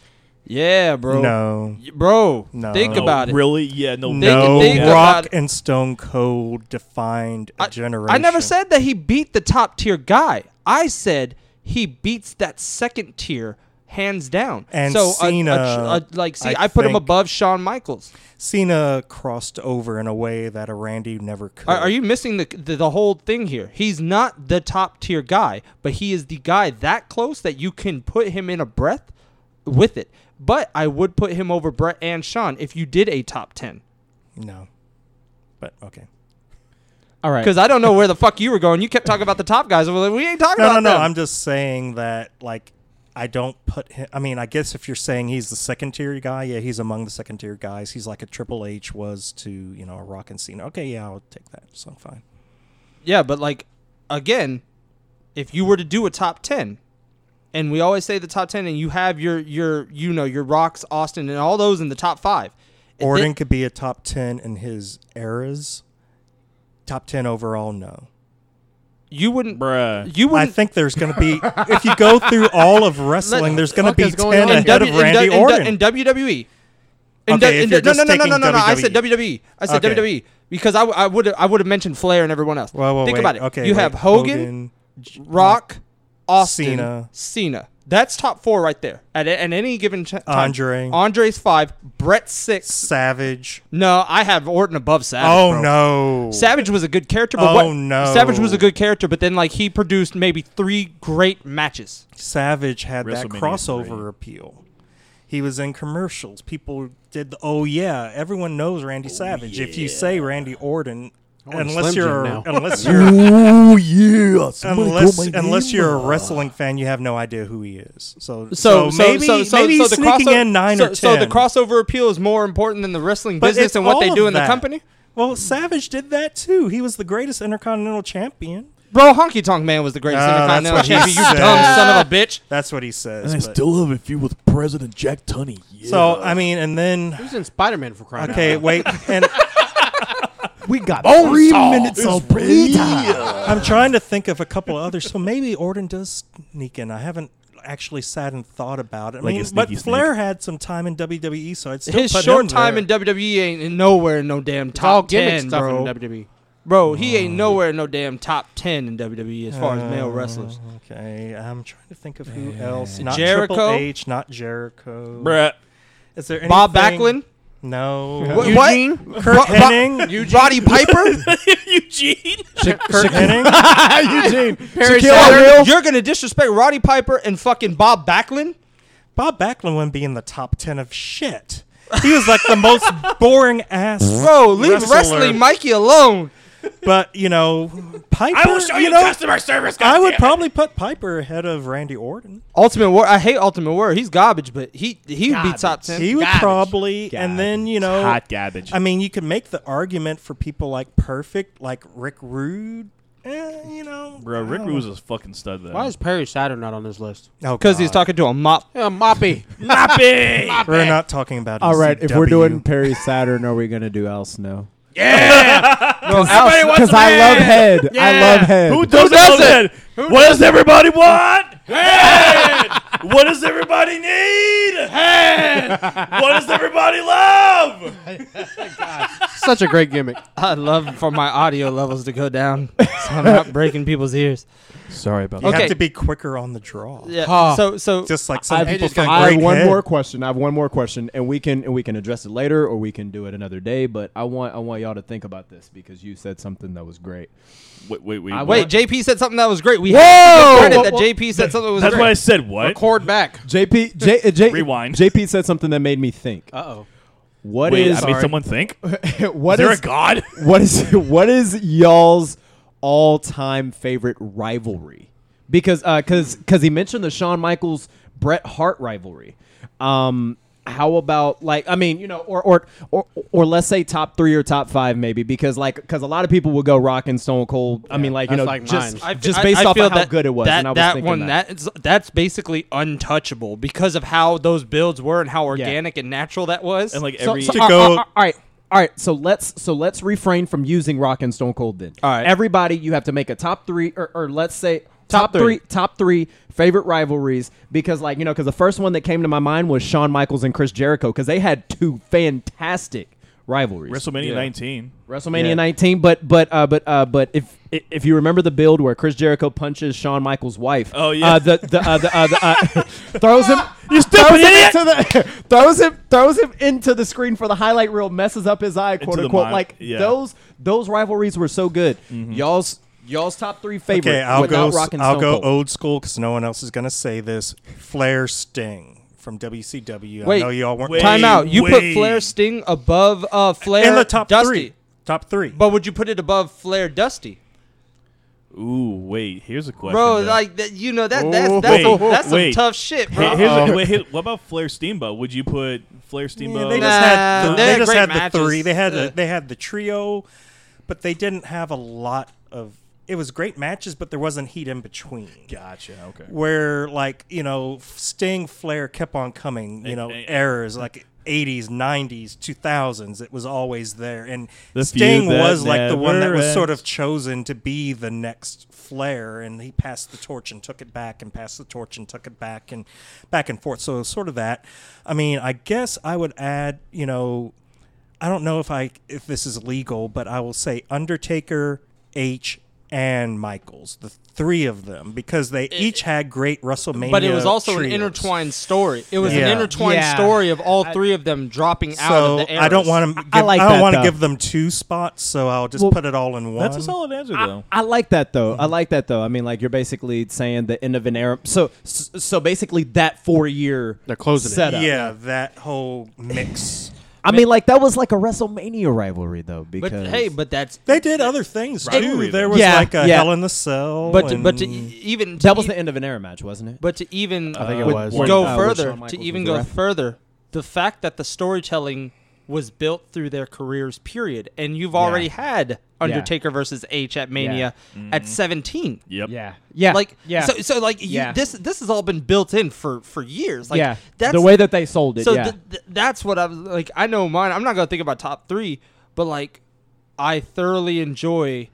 C: Yeah, bro.
D: no,
C: Y- Bro,
D: No.
C: think
D: No,
C: about it.
F: Really? Yeah. No.
C: They-
D: no.
C: they-
F: Yeah.
D: Rock
C: about-
D: and Stone Cold defined a
C: I-
D: generation.
C: I never said that he beat the top tier guy. I said he beats that second tier hands down.
D: And
C: so a- a-
D: Cena,
C: a- like, see,
D: I
C: I, put him
D: think-
C: above Shawn Michaels.
D: Cena crossed over in a way that a Randy never could.
C: Are, are you missing the, the the whole thing here? He's not the top tier guy, but he is the guy that close that you can put him in a breath with it. But I would put him over Brett and Sean if you did a top ten,
D: No. But okay.
G: All right.
C: because I don't know where the fuck you were going. You kept talking about the top guys. Well, we ain't talking
D: No, no,
C: about
D: no.
C: them.
D: I'm just saying that, like, I don't put him. I mean, I guess if you're saying he's the second tier guy, yeah, he's among the second tier guys. He's like a Triple H was to, you know, a Rock and Cena. Okay, yeah, I'll take that. So fine.
C: Yeah, but like again, if you were to do a top ten, and we always say the top ten, and you have your your you know your Rocks, Austin, and all those in the top five.
D: Orton
C: Then-
D: could be a top 10 in his eras. Top 10 overall, no.
C: You wouldn't.
F: Bruh.
C: You
D: I
C: wouldn't.
D: think there's going to be, if you go through
C: [laughs]
D: all of wrestling, there's going to
E: fuck
D: be
E: is
D: 10
E: going on?
D: ahead
C: in
D: of Randy
C: in du-
D: Orton.
C: in WWE. In du-
D: Okay, if
C: in
D: you're
C: du- no,
D: just
C: no, no, no,
D: taking
C: no, no, no. I said
D: WWE.
C: WWE. I said
D: Okay.
C: WWE because I would I would have mentioned Flair and everyone else.
D: Whoa, whoa,
C: Think
D: wait.
C: about it.
D: Okay,
C: you
D: wait.
C: have Hogan,
D: J-
C: Rock, Austin,
D: Cena.
C: Cena. That's top four right there. At, at any given ch- time,
D: Andre.
C: Andre's five, Brett six.
D: Savage.
C: No, I have Orton above Savage.
D: Oh,
C: bro.
D: no.
C: Savage was a good character, but
D: Oh,
C: what?
D: no.
C: Savage was a good character, but then like he produced maybe three great matches.
D: Savage had that
F: WrestleMania
D: crossover
F: three.
D: appeal. He was in commercials. People did the oh yeah. Everyone knows Randy Savage. If you say Randy Orton,
E: want a Slim
D: unless
E: Jim
D: you're
E: now.
D: unless you're
H: Oh yeah!
D: unless unless you're a wrestling fan, you have no idea who he is. So
C: So,
D: so,
C: so
D: maybe
C: so, so,
D: maybe
C: so
D: he's
C: the
D: sneaking
C: crossover,
D: in nine
C: so,
D: or ten.
C: So the crossover appeal is more important than the wrestling
D: But
C: business
D: it's
C: and what they
D: all
C: do
D: of
C: in the
D: that.
C: company.
D: Well, Savage did that too. He was the greatest Intercontinental Champion.
C: Bro, Honky Tonk Man was the greatest
D: Oh,
C: Intercontinental
D: that's what he
C: Champion. You
D: said.
C: dumb son of a bitch.
D: That's what he says.
H: I
D: but-
H: still love it if you with President Jack Tunney. Yeah.
D: so I mean, and then
E: Who's in Spider Man for crying
D: okay,
E: out
D: wait, and.
G: We got
H: three minutes of
G: [laughs]
D: I'm trying to think of a couple of others. So maybe Orton does sneak in. I haven't actually sat and thought about it. I
F: Like a
D: mean,
F: sneaky
D: but
F: snake.
D: Flair had some time in WWE, so I'd still
C: His
D: put
C: short
D: him
C: time
D: there.
C: in WWE ain't in nowhere in no damn
E: It's all
C: top
E: gimmick
C: ten,
E: stuff
C: bro.
E: in E. WWE.
C: bro, he ain't nowhere in no damn top ten in WWE as far as male wrestlers.
D: Okay, I'm trying to think of who else. Not
C: Jericho?
D: Triple H, not Jericho.
F: Bruh.
D: Is there
C: Bob
D: anything-
C: Backlund,
D: No.
C: What-
D: You-
C: what?
D: Kurt
C: Ro- Ro-
D: Henning.
C: Roddy
D: [laughs]
C: Piper.
F: Eugene.
D: Kurt
F: [laughs]
D: Henning.
H: Eugene.
E: Perry
C: Yo, You're gonna disrespect Roddy Piper and fucking Bob Backlund.
D: Bob Backlund wouldn't be in the top ten of shit. He was like the most boring ass.
C: Bro, leave
D: wrestler.
C: wrestling Mikey alone.
D: But you know, Piper. you know,
F: customer service.
D: I would probably put Piper ahead of Randy Orton.
C: Ultimate War. I hate Ultimate War. He's garbage, but he he'd be top ten.
D: He would probably, and then you know,
F: Hot garbage.
D: I mean, you could make the argument for people like Perfect, like Rick Rude. Eh, you know,
F: Bro, Rick Rude was a fucking stud though.
E: Why is Perry Saturn not on this list?
D: Oh,
C: because he's talking to a mop.
E: [laughs] Yeah, Moppy.
F: Nappy?
D: We're not talking about.
G: All right, if we're
D: ECW.
G: doing Perry Saturn, are we gonna do Al Snow?
C: No, Al- [laughs]
G: Because I love head. I love head.
F: Who does it? What does everybody want? Head. what does everybody need? Head. what does everybody love?
E: Such a great gimmick.
C: I love for my audio levels to go down, so I'm not breaking people's ears.
F: Sorry about
D: you
C: Okay.
D: have to be quicker on the draw.
C: Yeah.
E: Huh.
C: So so
D: Just like some
G: I've-
D: people
E: just got-
D: from
G: I
D: Great
G: have one
D: Head.
G: more question. I have one more question, and we can and we can address it later, or we can do it another day. But I want I want y'all to think about this because you said something that was great.
F: Wait, wait, wait.
G: I
F: what?
C: wait, JP said something that was great. We have to give credit that JP said something that was
F: That's
C: great.
F: what I said. What?
E: Record back.
G: JP J, uh, J,
F: Rewind.
G: JP said something that made me think.
E: Uh oh.
G: What
F: Wait,
G: is
F: I made someone think. Is
G: [laughs] what
F: there a
G: is-
F: god?
G: what is [laughs] what is y'all's all time favorite rivalry? Because uh, cause, cause he mentioned the Shawn Michaels Bret Hart rivalry. Um, how about like I mean you know or or or or let's say top three or top five maybe because like because a lot of people would go Rock and Stone Cold. I mean like you
E: that's
G: know
E: like
G: just
E: mine.
C: I-
G: just
C: I-
G: based
C: I
G: off
C: feel
G: of how
C: that-
G: good it was.
C: That,
G: and I was
C: that
G: thinking
C: one,
G: that.
C: that's that's basically untouchable because of how those builds were and how organic and natural that was.
F: And like
G: So-
F: every
G: so,
D: To
G: all-
D: go-
G: [laughs] all- all- all right. All right, so let's so let's refrain from using Rock and Stone Cold then.
C: All right.
G: everybody, you have to make a top three, or, or let's say
C: Top
G: top,
C: three.
G: three. top three favorite rivalries because, like you know, because the first one that came to my mind was Shawn Michaels and Chris Jericho because they had two fantastic rivalries.
F: WrestleMania 19.
G: WrestleMania 19, but but uh, but uh, but if i- if you remember the build where Chris Jericho punches Shawn Michaels' wife,
F: Oh, yeah.
G: uh, the the, uh, the, uh, the uh, throws him,
F: You stupid
G: throws
F: idiot!
G: him into the [laughs] throws him throws him into the screen for the highlight reel, messes up his eye, quote
F: the
G: unquote.
F: mon-
G: like
F: yeah.
G: those those rivalries were so good. Y'all's y'all's top three favorite
D: Okay, I'll go.
G: without
D: s-
G: Rock and
D: I'll
G: Stone
D: go
G: Cold.
D: old school because no one else is gonna say this. Flair Sting from WCW.
C: Wait,
D: I know y'all weren't
F: wait.
C: time out. You put
F: Wait.
C: Flair Sting above uh, Flair
D: in the top
C: Dusty,
D: three. Top three.
C: but would you put it above Flair Dusty?
F: Ooh, wait. Here's a question.
C: Bro,
F: though.
C: like that, you know that that's
F: Oh,
C: that's,
F: wait,
C: some, that's some
F: wait.
C: tough shit,
F: Hey,
C: bro.
F: here's a- wait, here- what about Flair Steamboat? Would you put Flair
D: Yeah,
F: Steamboat?
D: they
C: Nah,
D: just had the,
C: they had
D: they just
C: great
D: had
C: matches.
D: the three. They had
C: Uh.
D: the, they had the trio, but they didn't have a lot of. It was great matches, but there wasn't heat in between.
F: Gotcha. Okay.
D: Where like you know Sting Flair kept on coming, you know
F: eh.
D: errors like 80s, 90s, 2000s. It was always there. And
F: The feud
D: Sting
F: that
D: was like the one that
F: never
D: was sort
F: ends.
D: of chosen to be the next Flair. And he passed the torch and took it back and passed the torch and took it back and back and forth. So it was sort of that. I mean, I guess I would add, you know, I don't know if I if this is legal, but I will say Undertaker, H, and Michaels, the three of them, because they each had great WrestleMania.
C: But it was also an
D: trios.
C: intertwined story. It was
D: Yeah.
C: an intertwined
E: Yeah.
C: story of all three of them dropping out of
D: So
C: the.
D: I don't
C: eras.
D: want to. Give,
G: I
D: I,
G: like
D: don't
G: that,
D: want
G: though.
D: to give them two spots, so I'll just
G: Well,
D: put it all in one.
F: That's a solid answer, though.
G: I like that though. I like that though. I mean, like you're basically saying the end of an era. So, so so basically that four year
E: They're closing it.
G: setup.
D: Yeah, that whole mix.
G: I mean, like that was like a WrestleMania rivalry though. Because
C: But hey, but that's
D: they did other things too.
F: Rivalry,
D: There
F: though.
D: was
G: Yeah,
D: like a
G: yeah.
D: Hell in the Cell.
C: but to, but to
D: and-
C: e- even to
G: that was
C: e-
G: the end of an era match, wasn't it?
C: but to even
F: I think it
C: would
E: was.
C: go
G: When, uh, when
C: further
G: Shawn
C: to
G: Michaels
C: even
G: was the
C: go
G: ref.
C: further the fact that the storytelling was built through their careers period and you've already had Undertaker versus H at Mania at 17
F: Yep.
G: Mm-hmm. yeah, yeah,
C: like
G: yeah,
C: so so like you,
G: Yeah.
C: this this has all been built in for for years like
G: yeah.
C: that's
G: the way that they sold it.
C: so
G: yeah.
C: th- th- that's what I was like. I know mine. I'm not gonna think about top three, but like, I thoroughly enjoy.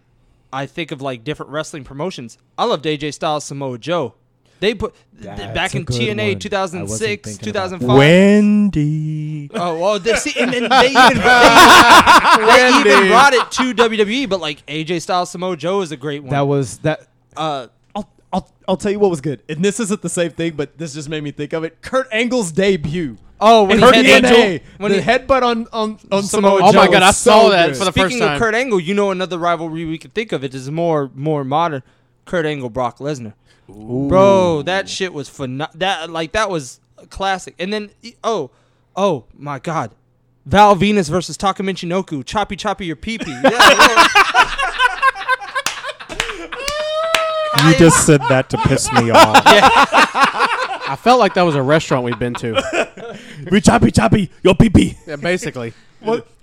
C: I think of like different wrestling promotions. I loved AJ Styles, Samoa Joe. They put th- th- back
G: a
C: in
G: good
C: TNA
G: one. I wasn't
C: 2006,
G: thinking about
C: 2005.
D: Wendy.
C: [laughs] Oh well, they, see, and then
G: [laughs]
C: they even, they, even- they even brought it to WWE. But like AJ Styles, Samoa Joe is a great one.
G: that was that.
C: uh,
G: I'll, I'll, I'll tell you what was good, and this isn't the same thing, but this just made me think of it. Kurt Angle's debut.
C: oh, when
G: And
C: he
G: Kurt
C: had that
G: DNA,
C: joke- when
G: the
C: he-
G: headbutt on on
C: Samoa
G: on Samoa.
C: Joe
G: Joe
E: my God,
G: was
E: I saw
G: so
E: that
G: good.
E: for the-
C: Speaking
E: first
C: of
E: time.
C: Kurt Angle, you know another rivalry we could think of. It is more more modern. Kurt Angle, Brock Lesnar. Bro, that shit was phenomenal. That like that was a classic. And then e- oh, oh my god, Val Venus versus Takamichinoku. Choppy choppy your pee pee.
E: [laughs]
D: You just said that to piss me off.
E: I felt like that was a restaurant we'd
C: [laughs]
E: been to.
F: We choppy choppy yo pee pee.
E: yeah, basically.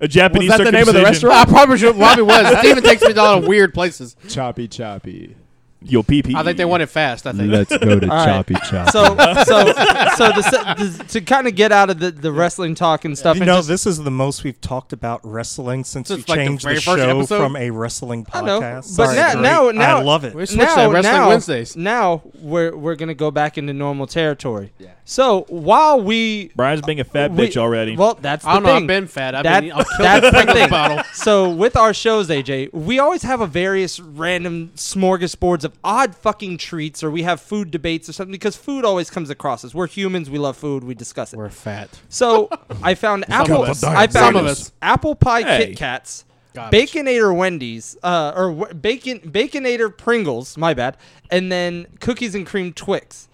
F: A Japanese
G: Was that the name of the
F: circumcision.
E: I probably should.
C: [laughs]
E: Robbie was. Steven takes me to a lot of weird places.
G: choppy choppy.
F: Yo pee pee.
E: I think they want it fast. I think.
G: Let's go to
C: All right.
G: choppy choppy.
C: so so so to, s- to, kind of get out of the, the wrestling talk and stuff.
D: You
C: and
D: know,
C: just-
D: this is the most we've talked about wrestling since we
E: Since, like, the
D: changed the,
E: very first
D: show
E: episode?
D: from a wrestling
C: I know,
D: podcast.
C: but
D: Sorry,
C: now-
D: great.
C: now- now-
D: I love it.
E: We switched that Wrestling Wednesdays.
C: Now we're we're gonna go back into normal territory. Yeah. So while we
F: Brian's being a fat
C: we-
F: bitch already.
C: [laughs] Well, that's the
E: I don't know.
C: thing.
E: I've been fat. I've
C: That-
E: been.
C: [laughs]
E: I'll kill
C: that's
E: that
C: the
E: Pringles
C: thing.
E: bottle.
C: So with our shows, AJ, we always have a various random smorgasbords of odd fucking treats, or we have food debates or something because food always comes across us. We're humans. We love food. We discuss it.
E: We're fat. [laughs]
C: so I found apple.
E: of us.
C: I found
E: Some of us.
C: apple pie
F: Hey.
C: Kit Kats.
E: Garbage.
C: Baconator Wendy's, uh, or w- bacon Baconator Pringles, my bad, and then cookies and cream Twix.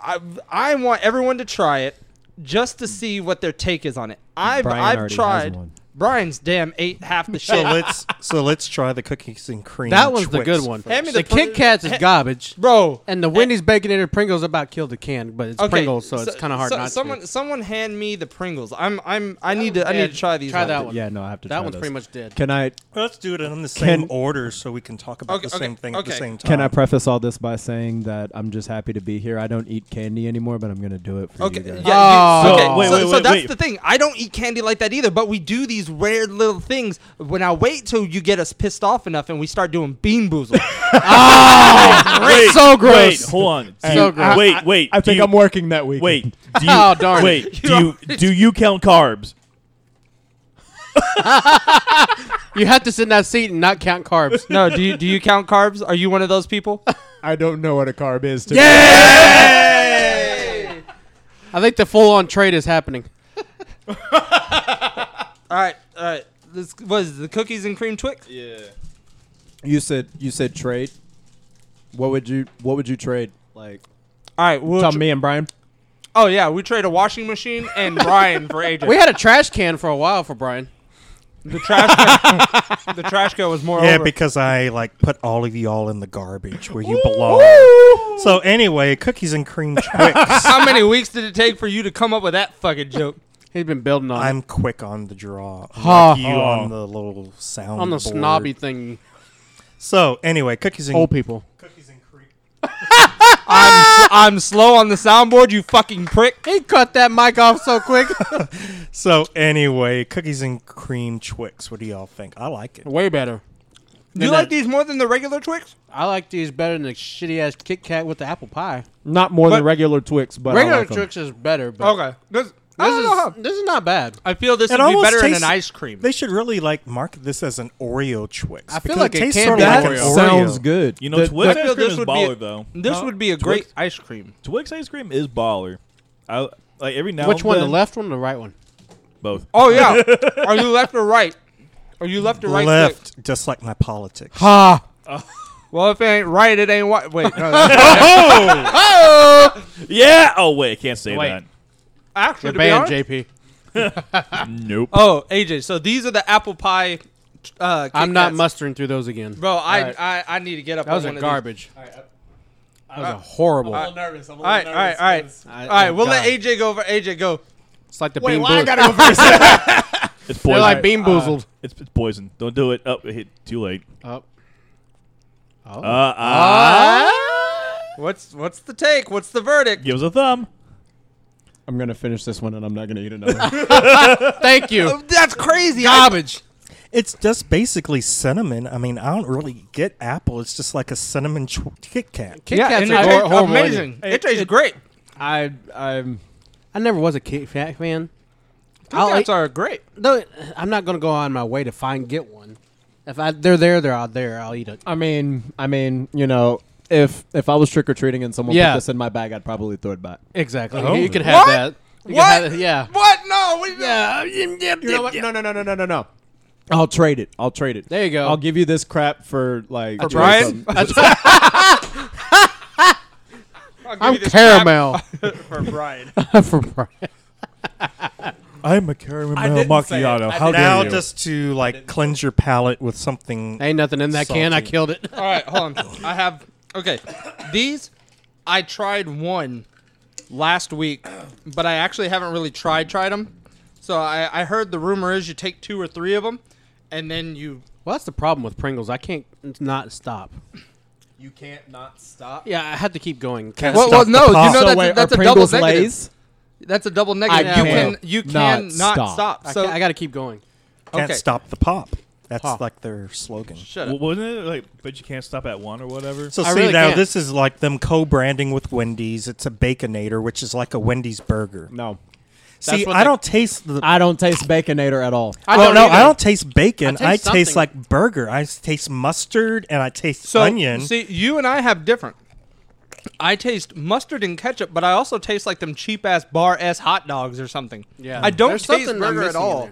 C: I, I want everyone to try it just to see what their take is on it. I've
G: Brian
C: I've
G: already
C: tried.
G: has one.
C: Brian's damn ate half
E: [laughs]
C: the
D: So
C: shit.
D: let's so let's try the cookies and cream.
E: That was the
D: Twix.
E: good one.
C: Hand me
E: the
C: the
E: Kit
C: Pringles.
E: Kats is garbage,
C: bro.
E: and the Wendy's Baconator Pringles about killed a can, but it's
C: okay,
E: Pringles, so, it's kind of hard
C: so-
E: not
C: someone,
E: to.
C: someone hand me the Pringles. I'm I'm I need to I
E: Yeah,
C: need to try these.
E: Try
C: out.
E: that one.
G: Yeah, no, I have to.
E: That
G: try
E: one's
G: those.
E: pretty much dead.
G: Can I
D: Let's do it in the same
G: Can-
D: order so we can talk about
C: Okay,
D: the same
C: okay,
D: thing at the
C: okay.
D: same time.
G: Can I preface all this by saying that I'm just happy to be here? I don't eat candy anymore, but I'm gonna do it for
C: Okay.
G: you guys.
C: Yeah,
E: Oh.
C: you-
F: So,
C: okay.
F: wait,
C: so,
F: wait,
C: so
F: wait,
C: that's
F: wait.
C: the thing. I don't eat candy like that either, but we do these rare little things. When I wait till you get us pissed off enough and we start doing bean boozle.
F: wait,
E: so
F: Wait,
E: gross.
F: hold on. Do
E: So
F: you-
E: gross.
F: Wait, wait.
G: I
F: do
G: think
F: you-
G: I'm working that week.
F: [laughs] Wait. Do you,
E: [laughs] Oh, darn it.
F: Wait.
C: You're
F: Do you
C: already-
F: do you count carbs?
E: You have to sit in that seat and not count carbs.
C: no, do you do you count carbs? Are you one of those [laughs] people?
G: I don't know what a carb is. To
E: I think the full-on trade is happening.
C: All right, all right. This was the cookies and cream Twix.
F: Yeah.
G: You said you said trade. What would you What would you trade? Like
C: All right, we'll.
G: tell
C: tr-
G: me and Brian.
C: Oh yeah, we trade a washing machine and Brian for AJ.
E: We had a trash can for a while for Brian.
C: the trash. Can, the trash can was more.
D: Yeah,
C: over.
D: because I like put all of y'all in the garbage where you belong. So anyway, cookies and [laughs] cream Twix.
C: how many weeks did it take for you to come up with that fucking joke?
E: He's been building on it.
D: I'm quick on the draw.
E: Ha.
D: Like you on the little sound
E: on the
D: board.
E: snobby thing.
D: So anyway, cookies and
E: Old people.
D: cookies and cream.
C: I'm, I'm slow on the soundboard, you fucking prick.
E: He cut that mic off so quick.
D: So anyway, cookies and cream Twix. What do y'all think? I like it.
E: Way better.
C: You
E: Then I-
C: like these more than the regular Twix?
E: I like these better than the shitty ass Kit Kat with the apple pie.
G: Not more
C: But-
G: than regular Twix, but I
E: Regular
G: like 'em.
E: Twix is better, but
C: Okay. This, I
E: this
C: don't know how.
E: is this is not bad.
C: I feel this
D: It
C: would be
D: almost
C: better
D: tastes-
C: than an ice cream.
D: They should really like market this as an Oreo Twix.
E: I feel
D: because
E: like it
D: tastes
E: can
D: sort
E: be
D: of
G: That
D: like an Oreo.
G: sounds good.
F: You know,
G: The-
F: Twix
C: I
F: ice
C: feel
F: cream
C: this
F: is
C: would be
F: baller
C: a,
F: though.
C: This would be a great
F: Twix?
C: ice cream.
F: Twix ice cream is baller. I like every now.
E: Which
F: and
E: one, the
F: then-
E: left one or the right one?
F: Both.
C: [laughs]
F: [laughs]
C: Oh [laughs] yeah. Are you left or right? Are you left or right? Twix?
D: left, just like my politics.
E: Ah,
C: Well, if it ain't right, it ain't white. Wait, no, that's-
F: Yeah. Oh wait, I can't say
E: Wait.
C: [laughs] actually,
E: you're
C: to be
E: banned,
C: honest,
E: JP.
F: that. Nope.
C: Oh, AJ. So these are the apple pie. Uh, Kit
E: I'm not
C: Kats.
E: mustering through those again.
C: Bro, I,
E: Alright.
C: I I need to get up.
E: that was
C: on
E: a
C: one of these.
E: garbage. That was a horrible.
H: nervous. I'm a
C: All right, all right, all right,
E: I-
C: all right. We'll
E: God.
C: let AJ go. For AJ, go.
E: It's like the
H: Wait,
E: bean
H: why I
E: boozled.
H: gotta go first?
F: It's
E: They're
F: poison.
E: like bean boozled.
F: it's, it's poison. Don't do it. Oh, it hit too late.
E: oh. Oh.
F: Uh, ah.
C: What's what's the take? What's the verdict?
F: Give us a thumb.
G: I'm gonna finish this one and I'm not gonna eat another.
E: Thank you. [laughs]
C: That's crazy.
E: Garbage.
D: It's just basically cinnamon. I mean, I don't really get apple. It's just like a cinnamon tw- Kit Kat.
E: Kit
C: yeah,
E: Kats
C: and
E: are
C: it
E: hor-
C: tastes
E: horrible.
C: amazing. It, tastes great.
G: I I'm
E: I never was a Kit Kat fan.
C: Kit
E: I'll
C: Kats
E: eat-
C: are great.
E: No, I'm not gonna go on my way to find get one. If I they're there, they're out there. I'll eat it.
G: I mean I mean you know if if I was trick or treating and someone
E: Yeah.
G: put this in my bag I'd probably throw it back.
E: Exactly.
D: Oh.
E: You can have
C: What?
E: that. You
C: What?
E: Can have it. [laughs] Yeah.
C: What? No. We,
E: Yeah.
G: You know [laughs] what? No no no no no no no. I'll trade it. I'll trade it.
E: There you go.
G: I'll give you this crap for like for
C: Brian?
E: [laughs]
C: I'll give you
E: I'm
C: this crap
E: [laughs] caramel.
C: for [laughs] Brian.
E: For Brian.
H: I'm a caramel
D: didn't say it.
H: macchiato. How
D: now
H: dare you?
D: just to like cleanse your palate with something.
E: Ain't nothing in that can. I
D: Salty.
E: killed it. [laughs]
C: All right, hold on. I have okay. These I tried one last week, but I actually haven't really tried tried them. So I, I heard the rumor is you take two or three of them, and then you
E: Well, that's the problem with Pringles. I can't it's not stop.
G: You can't not stop.
E: Yeah, I had to keep going.
D: Can't
C: Well, well,
D: stop the
C: no, you
D: pop.
C: know
G: So
C: that's a-
G: wait,
C: that's
G: are
C: a double
G: Pringles
C: negative.
G: Lays?
C: that's a double negative.
E: I
C: you
E: can't
C: can you
G: not
C: can not
G: stop.
C: stop.
E: I,
C: So
E: ca- I got to keep going.
D: Can't
C: okay.
D: stop the pop. That's
E: Pop.
D: like their slogan.
C: shut
F: W-
C: up.
F: wasn't it like? But you can't stop at one or whatever.
D: So
E: I
D: see
E: really
D: now,
E: can't.
D: this is like them co-branding with Wendy's. It's a Baconator, which is like a Wendy's burger.
G: No.
D: see,
E: what
D: I
E: the-
D: don't taste the.
G: I don't taste baconator at all.
E: I
D: oh,
E: don't
D: no,
E: either.
D: I don't taste bacon.
E: I
D: I
E: taste
D: taste,
E: something.
D: like burger. I s- taste mustard and I taste
C: So
D: onion.
C: see, you and I have different. I taste mustard and ketchup, but I also taste like them cheap ass bar ass hot dogs or something.
E: Yeah.
C: I don't
E: There's
C: taste
E: something I'm
C: burger at
E: missing in
C: all.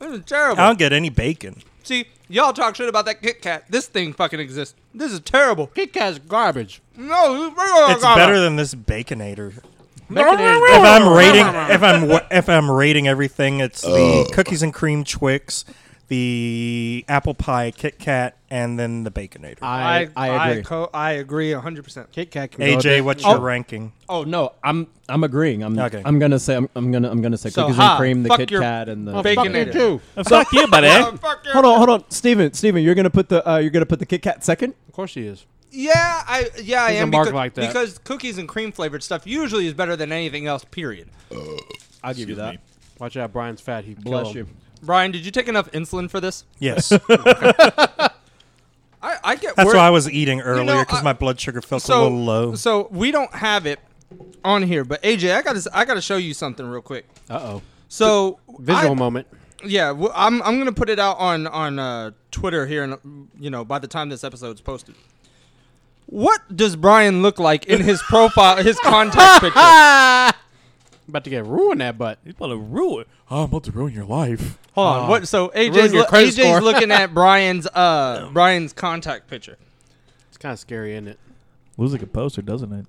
C: This is terrible.
D: I don't get any bacon.
C: See, y'all talk shit about that Kit Kat. This thing fucking exists. This is terrible.
E: Kit Kat's garbage.
C: No, it's
E: Oh,
C: better.
D: It's better than
E: [laughs]
D: this Baconator.
E: Baconator-
D: If
E: [laughs]
D: I'm rating, if I'm wa- if I'm rating everything, it's the cookies and cream Twix, the apple pie Kit Kat, and then the Baconator.
G: I I, agree.
C: I, co- I agree 100%.
E: Kit Kat can go
D: AJ,
E: there.
D: what's your ranking?
G: oh no, I'm I'm agreeing. I'm
D: Okay.
G: I'm gonna say I'm, I'm gonna I'm gonna say
C: So,
G: cookies
C: ha,
G: and cream, the
C: fuck
G: Kit
C: your
G: Kat, and the
E: Oh, fuck you
C: Baconator.
E: too.
F: Fuck
D: [laughs]
F: you, buddy.
C: Oh, fuck your-
G: Hold on, hold on, Steven, Steven, you're gonna put the uh, you're gonna put the Kit Kat second.
E: Of course he is.
C: Yeah, I yeah, I
E: He's a
C: am
E: mark
C: because,
E: like that.
C: because cookies and cream flavored stuff usually is better than anything else, period.
G: I'll give you that.
E: Watch out, Brian's fat. He
G: Bless
E: kill
G: you.
E: him.
C: Brian, did you take enough insulin for this?
D: Yes,
E: [laughs]
D: that's
C: I, I get
D: what
C: where-
D: I was eating earlier because
C: I-
D: my blood sugar felt a
C: so
D: little low.
C: so we don't have it on here, but AJ, I got to I got to show you something real quick.
E: Uh oh.
C: So
E: Visual
C: I-
E: moment.
C: Yeah, w I'm I'm gonna put it out on on uh, Twitter here, and you know by the time this episode's posted. What does Brian look like in his profile, his contact
E: [laughs]
C: picture?
E: Ah. About to get ruined that butt.
F: He's about to ruin.
H: I'm about to ruin your life.
C: Hold on, what? So AJ's,
E: ruined your
C: lo-
E: credit score.
C: AJ's looking
E: [laughs]
C: at Brian's uh Brian's contact picture.
E: It's kind of scary, isn't it?
F: Looks like a poster,
D: [laughs]
F: doesn't it?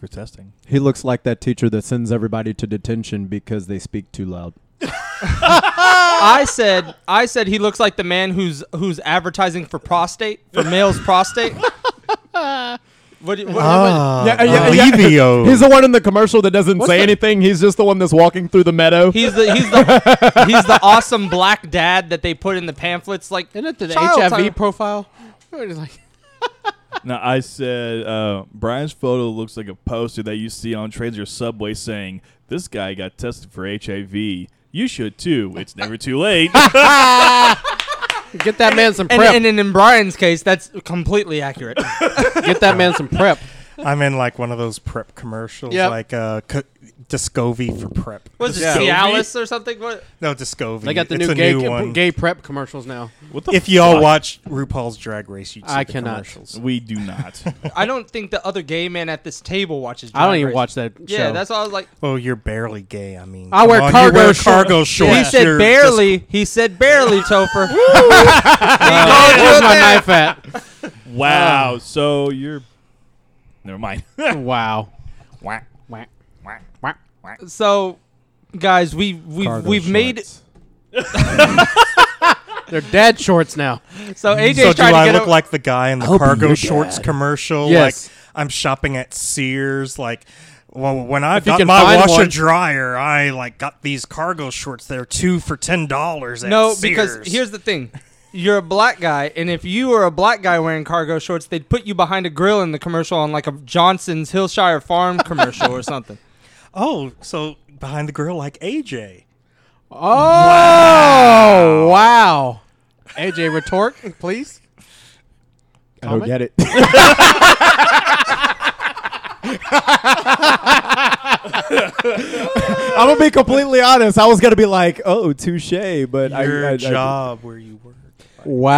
F: For testing.
G: He looks like that teacher that sends everybody to detention because they speak too loud.
C: I said I said he looks like the man who's who's advertising for prostate for male's prostate. What, do you- what- what-
G: Yeah,
D: Alivio.
G: [laughs] He's the one in the commercial that doesn't say anything. He's just the one that's walking through the meadow.
C: He's the he's the he's the awesome black dad that they put in the pamphlets. Like
E: Isn't it the
C: Child
E: HIV
C: time.
E: profile? It's like
F: Now I said uh, Brian's photo looks like a poster that you see on trains or subway saying this guy got tested for HIV. You should too. It's never too
D: [laughs]
E: [laughs]
F: late.
E: Get that man [laughs] some
C: And,
E: prep.
C: and, in Brian's case, that's completely accurate.
E: Get that man some prep.
D: I'm in like one of those prep commercials,
E: Yep.
D: like uh, co- Discovy for prep.
C: Was it
E: Yeah.
C: Cialis or something? What?
D: No, Discovy.
E: They got the
D: It's
E: new
D: a
E: gay
D: one.
E: gay prep commercials now.
F: what the
D: If
F: fuck?
D: y'all watch RuPaul's Drag Race, you
E: I
D: the
E: cannot.
D: commercials.
F: we
D: [laughs]
F: do not.
D: Um.
C: I don't think the other gay man at this table watches.
E: I don't
C: Drag
E: even
C: Race.
E: watch that.
C: Yeah,
E: show.
C: that's why I was like.
D: Oh, you're barely gay. I mean,
E: I wear
D: come on,
E: cargo
D: you wear
E: shorts.
D: cargo shorts.
C: He said
D: You're
C: barely. He said barely, Topher.
E: Uh, where's my knife at?
F: wow. so you're. Never
D: [laughs]
F: mind.
E: [laughs] Wow.
F: Whack.
E: Whack, whack, whack.
C: so, guys, we we have we've made
E: They're dad shorts now.
C: so AJ
D: So do
C: tried to
D: I
C: get
D: look
C: o-
D: like the guy in the cargo shorts commercial?
E: Yes.
D: Like I'm shopping at Sears. Like well, when I
E: you
D: got
E: can
D: my
E: find
D: washer
E: one.
D: dryer, I like got these cargo shorts. They're two for ten dollars.
C: no
D: Sears.
C: because here's the thing. You're a black guy, and if you were a black guy wearing cargo shorts, they'd put you behind a grill in the commercial on like a Johnson's Hillshire Farm commercial or something.
D: oh, so behind the grill like AJ.
E: Oh wow. AJ retort, please.
G: I don't
E: Comment?
G: get
C: [laughs]
G: it. I'm gonna be completely honest. I was gonna be like, "Oh, touche," but I-
D: Your
G: I, I,
D: job where you work.
G: wow,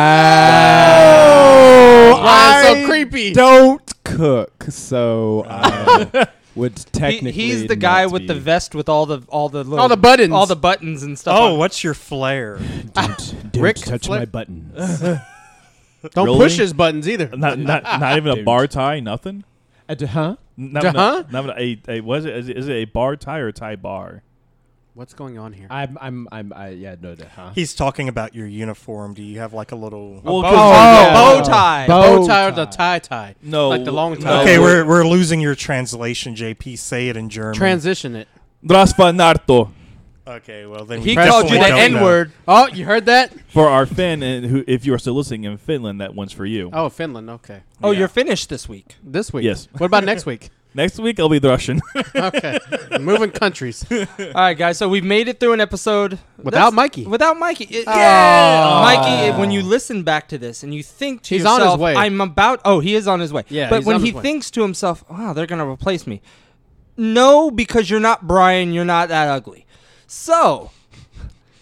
E: Why
G: I
E: so creepy?
G: Don't cook, so I would
C: He,
G: technically.
C: he's the guy
G: not
C: with the
G: be-
C: vest with all the all the little,
E: All the buttons.
C: all the buttons and stuff.
D: Oh,
C: on-
D: what's your flair?
G: Don't, don't
E: Rick
G: touch
E: Flair-
G: my buttons.
E: Don't
F: Really?
E: push his buttons either.
F: Not not not even a
G: Dude.
F: bar tie. Nothing.
G: [laughs] Uh, d- huh?
F: Not
E: Uh-huh.
F: Not even a, a was it is, it is it a bar tie or a tie bar?
E: What's going on here?
G: I'm, I'm, I'm, I, yeah, no, d- huh?
D: He's talking about your uniform. Do you have like a little?
F: Well,
C: Oh,
E: yeah.
C: bow tie.
E: Bow tie or the tie tie?
F: No,
E: like the long
F: no.
E: tie.
D: okay,
F: uh,
D: we're we're losing your translation, JP. Say it in German.
E: transition it.
F: Draspanarto.
D: okay, well then
C: He
D: we
C: called you the
D: definitely
C: N
D: don't know.
C: word.
E: Oh, you heard that?
F: For our Finn, and who, if you are still listening in Finland, that one's for you.
E: Oh, Finland. Okay,
C: Oh,
F: Yeah.
C: you're finished this week.
E: this week.
F: Yes.
E: What about next week?
F: Next week I'll be the Russian.
E: Okay, moving countries
C: All right, guys. So we've made it through an episode
E: without
C: That's-
E: Mikey. Oh.
C: Without Mikey, It-
E: Yeah.
C: Mikey. it- When you listen back to this and you think to
E: He's on
C: yourself,
E: his way.
C: "I'm about." Oh, he is on his way.
E: Yeah,
C: but
E: he's
C: when
E: on
C: he
E: his way.
C: thinks to himself, "Wow, they're gonna replace me," no, because you're not Brian. You're not that ugly. So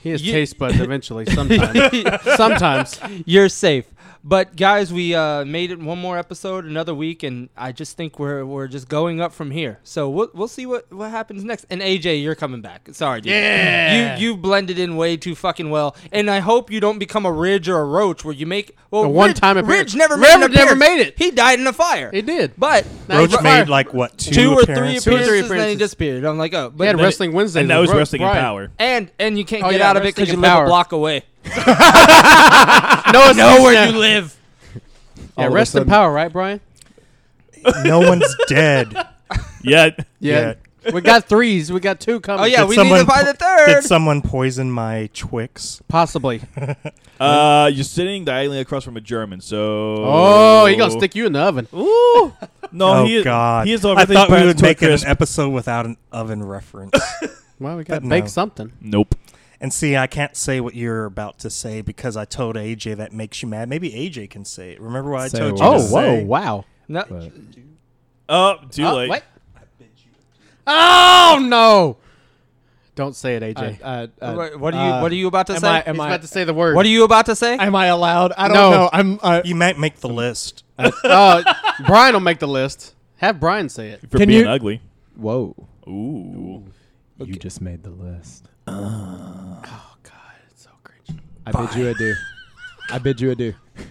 E: He has
C: You-
E: taste buds eventually. Sometimes. sometimes.
C: you're safe. But guys, we uh, made it one more episode, another week, and I just think we're we're just going up from here. So we'll we'll see what what happens next. And AJ, you're coming back. Sorry, dude. You
E: Yeah.
C: you blended in way too fucking well. And I hope you don't become a Ridge or a Roach where you make well
E: A one-time
C: Ridge,
E: appearance.
C: Ridge never
E: Ridge
C: made an
E: never
C: appearance.
E: made it.
C: He died in a fire.
E: He did.
C: But
E: Now he's
D: Roach
E: got-
D: made like what two,
C: two, or three appearances,
D: appearances?
C: and then he
E: appearances.
C: disappeared. I'm like, oh,
E: He
C: but
E: had wrestling Wednesday.
F: [laughs] and that was wrestling
E: [laughs]
F: in power.
C: and and you can't
E: Oh,
C: get
E: yeah,
C: out of it
E: wrestling
C: because you
E: in
C: live
E: power.
C: a block away.
E: No, it's
C: Know
E: [laughs]
C: where
E: not.
C: you live.
E: Yeah,
G: All of a
E: rest in
G: sudden-
E: power, right, Brian?
D: no one's dead.
F: Yet
D: Yeah.
E: we got threes. We got two coming.
C: Oh yeah,
D: Did
C: we need to
D: someone-
C: find the third.
D: Did someone poison my Twix?
E: possibly.
F: uh, you're sitting diagonally across from a German. So
E: Oh, he gonna stick you in the oven.
F: Ooh. No,
D: oh
F: he is,
D: God!
F: He is
D: I
F: everything.
D: thought we
F: Brian's
D: would make it
F: Twitter is-
D: an episode without an oven reference.
E: Well, we gotta
D: But
E: bake
D: no.
E: something.
F: nope.
D: and see, I can't say what you're about to say because I told AJ that makes you mad. Maybe AJ can say it. Remember what I
G: Say
D: told
G: what?
D: you? to
E: Oh,
G: just
E: whoa,
D: say?
E: wow.
C: No,
G: But-
F: Oh, too
E: Oh,
F: late.
E: What? Oh no! Don't say it, AJ.
G: I- I- I-
C: Wha- what are you
G: uh,
C: What are you about to
G: am
C: say?
G: I- am
E: He's
G: I-
E: about to say the word.
C: what are you about to say?
G: Am I allowed? I don't
E: No.
G: know. I'm. I,
D: You might make the list.
E: Uh, Brian will make the list. Have Brian say it.
F: For
G: Can
F: being
G: you-
F: ugly.
G: whoa!
F: Ooh.
G: You just made the list.
E: Oh God, it's so cringe.
G: [laughs] I bid you adieu. I bid you adieu.